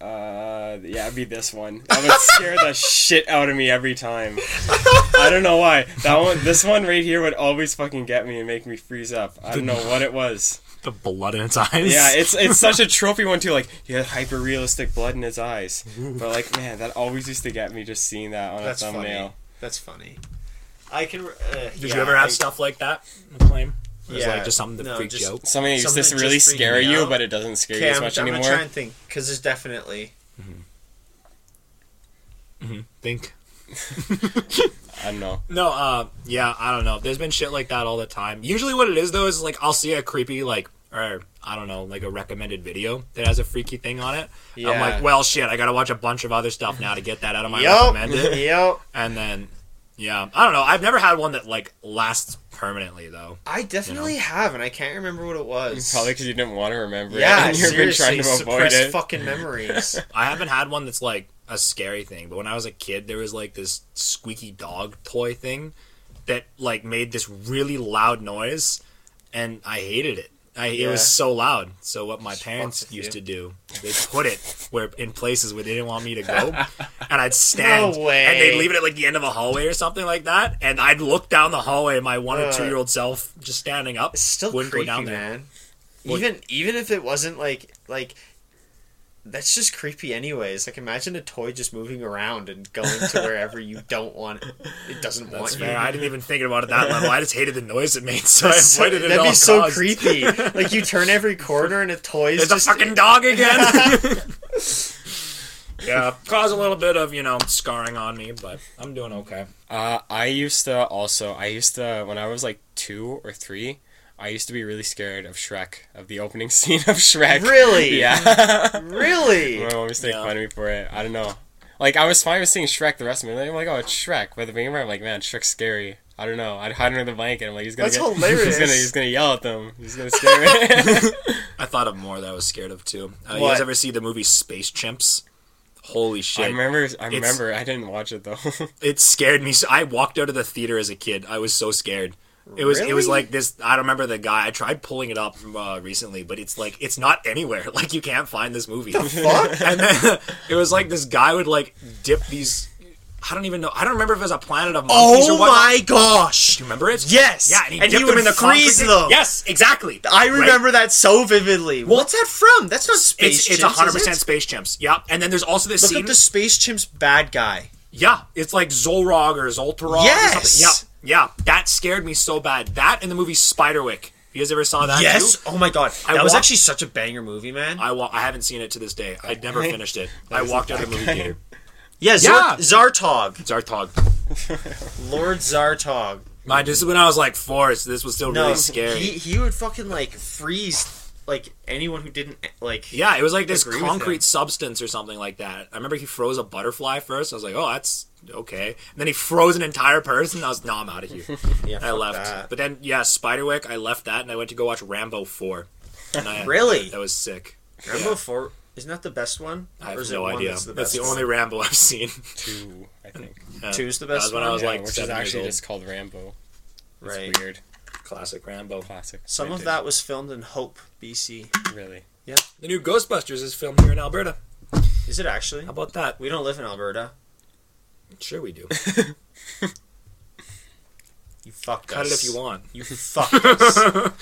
Uh, yeah, it'd be this one. That would scare the shit out of me every time. I don't know why. That one, this one right here, would always fucking get me and make me freeze up. I don't know what it was.
The blood in its eyes.
Yeah, it's it's such a trophy one too. Like he had hyper realistic blood in his eyes, but like man, that always used to get me just seeing that on
That's
a
funny.
thumbnail.
That's funny. I can. Uh,
Did you ever have stuff like that? Claim. It was
Yeah,
like just something that
no,
freaked
just-
you out.
Something that used
Something
to
that
really
just freaked
scare
me
you,
out.
but it doesn't scare
Okay,
you as
I'm,
much
I'm gonna
anymore.
try and think because there's definitely
Think.
I don't know.
No, uh, yeah, I don't know. There's been shit like that all the time. Usually, what it is though is like I'll see a creepy like or I don't know like a recommended video that has a freaky thing on it. I'm
Yeah.
like, well, shit, I gotta watch a bunch of other stuff now to get that out of my recommended.
yep.
and then, yeah, I don't know. I've never had one that like lasts permanently though.
I definitely have, and I can't remember what it was.
Probably because you didn't want to remember
Yeah,
it, and you've been
seriously,
trying to avoid
suppress
it.
fucking memories.
I haven't had one that's like a scary thing, but when I was a kid, there was like this squeaky dog toy thing that like made this really loud noise, and I hated it. I, It was
Yeah.
so loud. So what my
fucks
parents
with
used
you.
to do, they put it where in places where they didn't want me to go, and I'd stand
No way.
and they'd leave it at like the end of a hallway or something like that, and I'd look down the hallway, my one or
Ugh.
two year old self just standing up,
It's still
wouldn't
creepy,
go down there.
man.
Well-
even even if it wasn't like like that's just creepy anyways. Like imagine a toy just moving around and going to wherever you don't want it. It doesn't want you.
Man, I didn't even think about it that level. I just hated the noise it made, so I
That's so-
avoided it at
that'd
all
be so
costs.
creepy. Like you turn every corner and a toy's
It's
just
a fucking dog again. yeah, caused a little bit of you know scarring on me, but I'm doing okay.
Uh, I used to also. I used to when I was like two or three. I used to be really scared of Shrek, of the opening scene of Shrek.
Really?
Yeah.
really.
My mom used to make
Yeah.
fun of me for it. I don't know. Like I was fine with seeing Shrek the rest of it. I'm like, oh, it's Shrek. But the beginning, I'm like, man, Shrek's scary. I don't know. I'd hide under the blanket. I'm like, he's gonna.
That's
get,
hilarious.
He's gonna, he's gonna yell at them. He's gonna scare me.
I thought of more that I was scared of too. Uh, you
What?
guys ever see the movie Space Chimps? Holy shit!
I remember. I remember.
remember
I didn't watch it though.
it scared me. So I walked out of the theater as a kid. I was so scared. It was it was
Really?
like this. I don't remember the guy. I tried pulling it up uh, recently, but it's like it's not anywhere. Like you can't find this movie.
Fuck.
and then it was like this guy would like dip these. I don't even know. I don't remember if it was a planet of monkeys
Oh
or what.
my gosh.
Do you remember it?
Yes.
Yeah, and he
And
dipped
he
them
would
in the
freeze
concrete.
them.
Yes, exactly.
I
Right?
remember that so vividly. What's that from? That's not space.
It's it's
Chimps, is
hundred percent
it?
space chimps. Yeah, and then there's also this
Look
scene.
up the space chimps bad guy.
Yeah, it's like Zolrog or Zoltarog. Or
Yes!
something. Yeah, yeah. That scared me so bad. That and the movie Spiderwick. You guys ever saw that?
Yes.
too?
Oh my god.
I
That was
wa-
actually such a banger movie, man.
I wa- I haven't seen it to this day. I never
Okay.
finished it. I walked out of the movie theater.
yeah,
Yeah.
Zar- Zartog.
Zartog.
Lord Zartog.
Mind, this is when I was like four. So this was still
No,
really scary.
He he would fucking like freeze like anyone who didn't like
yeah, it was like this
Agree with him.
concrete substance or something like that. I remember he froze a butterfly first. I was like, oh, that's okay. And then he froze an entire person. I was, no, I'm out of here.
yeah,
I
fuck
left.
that.
But then, yeah, Spiderwick. I left that and I went to go watch Rambo Four. And I,
Really?
That was sick.
Rambo 4 isn't that the best one?
I
Or
have
is it
no
one
idea.
That's
That's
the,
the,
best
only Rambo I've seen.
Two, I think.
Yeah.
Two's the
That
best
was when
one?
I was
Yeah,
like,
which is
seven years
actually
old.
just called Rambo. It's
right.
weird.
classic Rambo.
Classic.
Some of that was filmed in Hope, BC.
Really.
The new Ghostbusters is filmed here in Alberta.
Is it actually?
How about that?
We don't live in Alberta.
Sure, we do.
You fucked
Cut
us.
it if you want.
You fucked us. I'm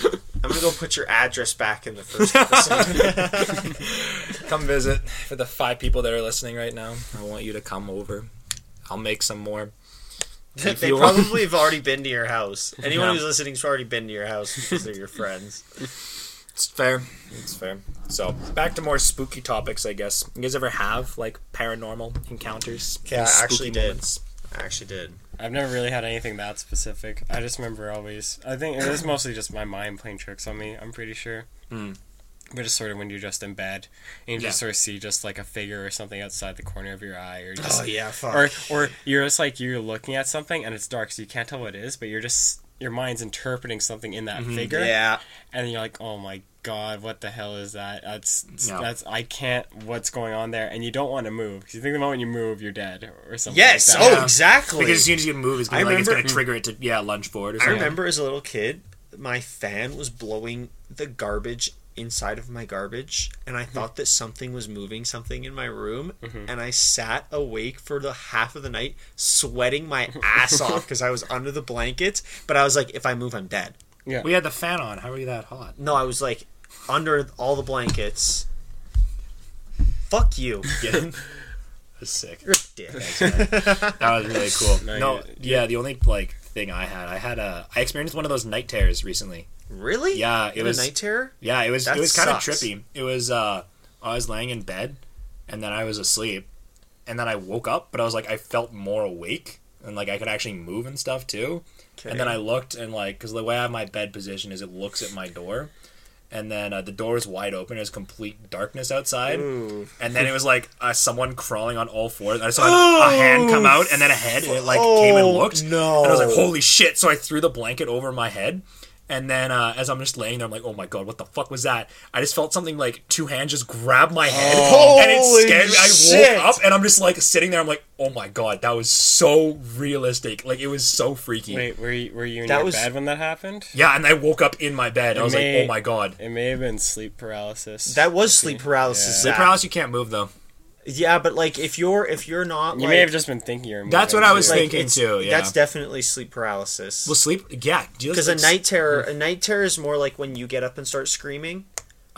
gonna go put your address back in the first episode.
Come visit for the five people that are listening right now. I want you to come over. I'll make some more. If
they
you want.
probably have already been to your house. Anyone
Yeah.
who's listening's already been to your house because they're your friends.
It's fair. It's fair. So back to more spooky topics, I guess. You guys ever have like paranormal encounters?
Yeah,
Any
I actually
spooky
did.
moments?
I actually did.
I've never really had anything that specific. I just remember always. I think it was mostly just my mind playing tricks on me. I'm pretty sure. But just sort of when you're just in bed and you just
Yeah.
sort of see just like a figure or something outside the corner of your eye, or
Oh,
just
yeah, Oh, fuck.
or or you're just like you're looking at something and it's dark, so you can't tell what it is, but you're just your mind's interpreting something in that figure,
yeah.
and you're like, oh my god, what the hell is that? That's
No.
that's I can't. What's going on there? And you don't want to move because you think the moment you move, you're dead or something. like
Yes.
that.
Oh,
Yeah.
exactly.
Because as soon as you move, it's gonna,
I
like, it's
remember-
gonna trigger it to yeah lunge forward or
I
something.
remember as a little kid, my fan was blowing the garbage inside of my garbage, and I thought that something was moving something in my room, and I sat awake for the half of the night, sweating my ass off because I was under the blankets. But I was like, if I move, I'm dead.
We had the fan on. How are you that hot?
No, I was like under all the blankets. Fuck you.
Yeah. sick.
You're a dick.
That was really cool.
No,
No,
you-
yeah, the only like thing I had, I had a, I experienced one of those night terrors recently.
Really?
Yeah, it
You had
was-
a night terror.
Yeah, it was
That
it was kind of
sucks.
trippy. It was uh, I was laying in bed, and then I was asleep, and then I woke up, but I was like I felt more awake, and like I could actually move and stuff too. And then I looked and like, because the way I have my bed position is it looks at my door, and then uh, the door is wide open. There's complete darkness outside, and then it was like uh, someone crawling on all fours. I saw a, a hand come out and then a head, and it like came and
Oh,
looked.
no.
and I was like, holy shit! So I threw the blanket over my head. And then, uh, as I'm just laying there, I'm like, "Oh my god, what the fuck was that?" I just felt something like two hands just grab my head, and
Holy
it scared me. I
Oh, shit.
woke up, and I'm just like sitting there. I'm like, "Oh my god, that was so realistic! Like it was so freaky."
Wait, were you, were you in
That
your
was-
bed when that happened?
Yeah, and I woke up in my bed. I was
may-
like, oh my god.
It may have been sleep paralysis.
That was sleep paralysis.
Yeah.
Zach.
Paralysis, you can't move though.
Yeah, but like if you're if you're not
You
like,
may have just been thinking. You're
That's what I was
like,
thinking
it's-
too, yeah.
That's definitely sleep paralysis.
Well, sleep. Yeah,
Because a night terror, a night terror is more like when you get up and start screaming.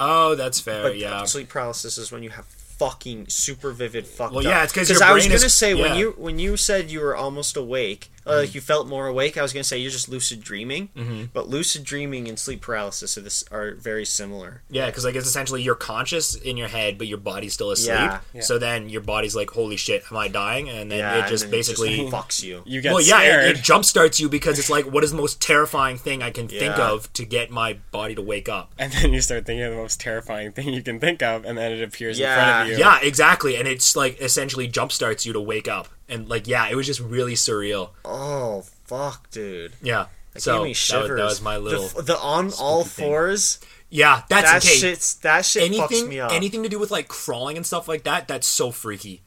Oh, that's fair.
But
yeah.
sleep paralysis is when you have fucking super vivid fucked
Well,
up.
yeah, it's 'cause your
I was
brain is-
gonna say
yeah. Hmm.
when you when you said you were almost awake, uh, like you felt more awake. I was gonna say you're just lucid dreaming,
Mm-hmm.
but lucid dreaming and sleep paralysis are this are very similar.
Yeah, because like it's essentially you're conscious in your head, but your body's still asleep.
Yeah. Yeah.
So then your body's like, "Holy shit, am I dying?" And then
Yeah,
it just
and then
basically.
fucks you.
You get
well, yeah,
scared.
it, it jump starts you because it's like, what is the most terrifying thing I can think
Yeah.
of to get my body to wake up?
and then you start thinking of the most terrifying thing you can think of, and then it appears in
Yeah.
front of you.
Yeah, exactly, and it's like essentially jump starts you to wake up, and like, yeah, it was just really surreal.
Oh fuck, dude!
Yeah,
That
so
gave me
that, was,
shivers.
that was my little.
the, the on all
spooky thing.
fours.
yeah, that's
That
okay.
shit's that shit fucks
anything
me up.
anything to do with like crawling and stuff like that that's so freaky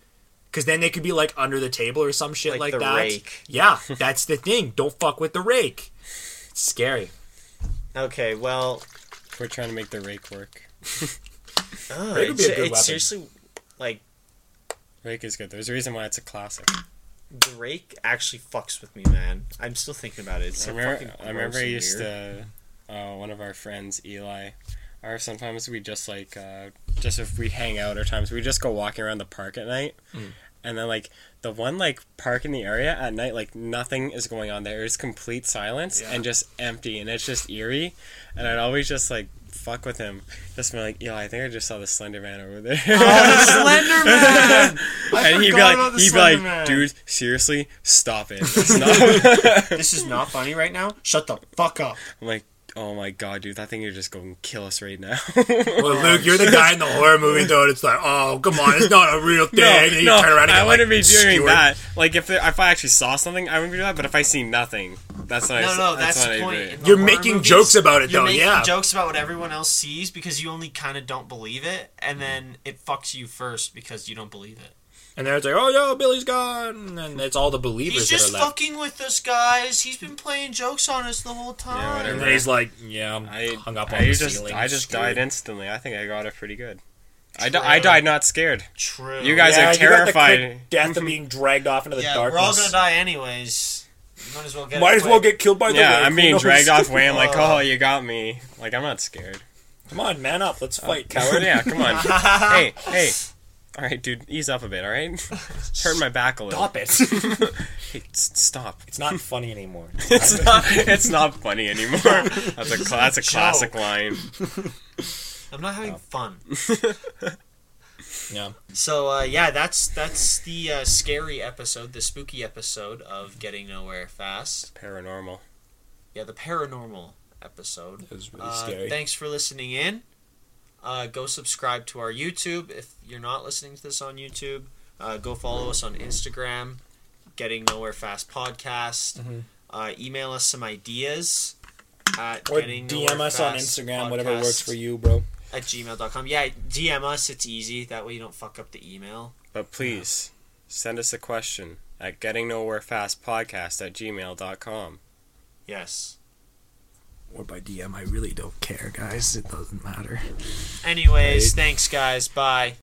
because then they could be like under the table or some shit
Like
like,
the
that
rake.
yeah that's the thing don't fuck with the rake it's scary
Okay, well,
We're trying to make the rake work.
uh,
Rake would be
it's-
a good
it's
weapon.
seriously like
Rake is good. There's a reason why it's a classic.
the rake actually fucks with me, man. I'm still thinking about it. It's
I
so
remember,
fucking
I, remember
gross
I
and
used
weird.
to, uh, one of our friends, Eli, or sometimes we just like, uh, just if we hang out or times we just go walking around the park at night.
Mm.
And then like the one like park in the area at night, like nothing is going on there. It's complete silence and just empty and it's just eerie. And I'd always just like fuck with him. Just be like, Eli, I think I just saw the Slender Man over there.
Oh,
and he'd be
forgot
like,
about the
he'd be like,
Slenderman.
dude, seriously, stop it. It's not-
This is not funny right now. Shut the fuck up.
I'm like, oh my god, dude, that thing is just going to kill us right now.
well luke you're the guy in the horror movie though and it's like oh come on it's not a real thing and you turn around and
I
get,
wouldn't
like,
be doing
skewered.
that. Like if there, if I actually saw something, I wouldn't be doing that. But if I see nothing, that's not.
No, no, that's,
not
the point.
Agree.
In the
You're
horror
making
movies,
jokes about it,
you're
though,
making
yeah.
jokes about what everyone else sees because you only kind of don't believe it,
Mm-hmm.
and then it fucks you first because you don't believe it.
and then it's like oh yo billy's gone and it's all the
He's
believers that
just
are left
fucking with us, guys. He's been playing jokes on us the whole time.
whatever.
and then he's like yeah i'm
I
hung up on
I
the
just
ceiling
I just
screwed.
died instantly. I think I got it pretty good. I, di- I died not scared.
True.
You guys are
you got the quick
terrified.
death of being dragged off into the
Yeah,
darkness
we're all gonna die anyways. Might as well get.
might
it
as well
quick.
get killed by the
Yeah,
rake,
I'm
who
being
knows?
dragged off way. I'm like,
Oh.
oh, you got me. Like I'm not scared.
Come on, man up. Let's fight,
Coward.
Uh, coward.
Yeah, come on. hey, hey. All right, dude, ease up a bit. All right, hurt my back a little.
Stop it.
Hey, s- stop.
It's not funny anymore.
It's not. It's not funny anymore. That's a cla- that's a classic line.
I'm not having fun.
Oh. yeah.
So uh, yeah, that's that's the uh, scary episode, the spooky episode of Getting Nowhere Fast.
Paranormal.
Yeah, the paranormal episode.
It was really
Uh,
scary.
thanks for listening in. Uh, go subscribe to our YouTube if you're not listening to this on YouTube. Uh, go follow us on Instagram, Getting Nowhere Fast Podcast.
Mm-hmm.
Uh, email us some ideas at
or
Getting
DM
Nowhere
us on
Fast
Instagram, whatever
Podcast
works for you, bro.
At gmail.com. Yeah, DM us. It's easy. That way you don't fuck up the email.
But please send us a question at getting nowhere fast podcast at gmail.com.
Yes.
Or by DM, I really don't care, guys. It doesn't matter.
Anyways, thanks, guys. Bye.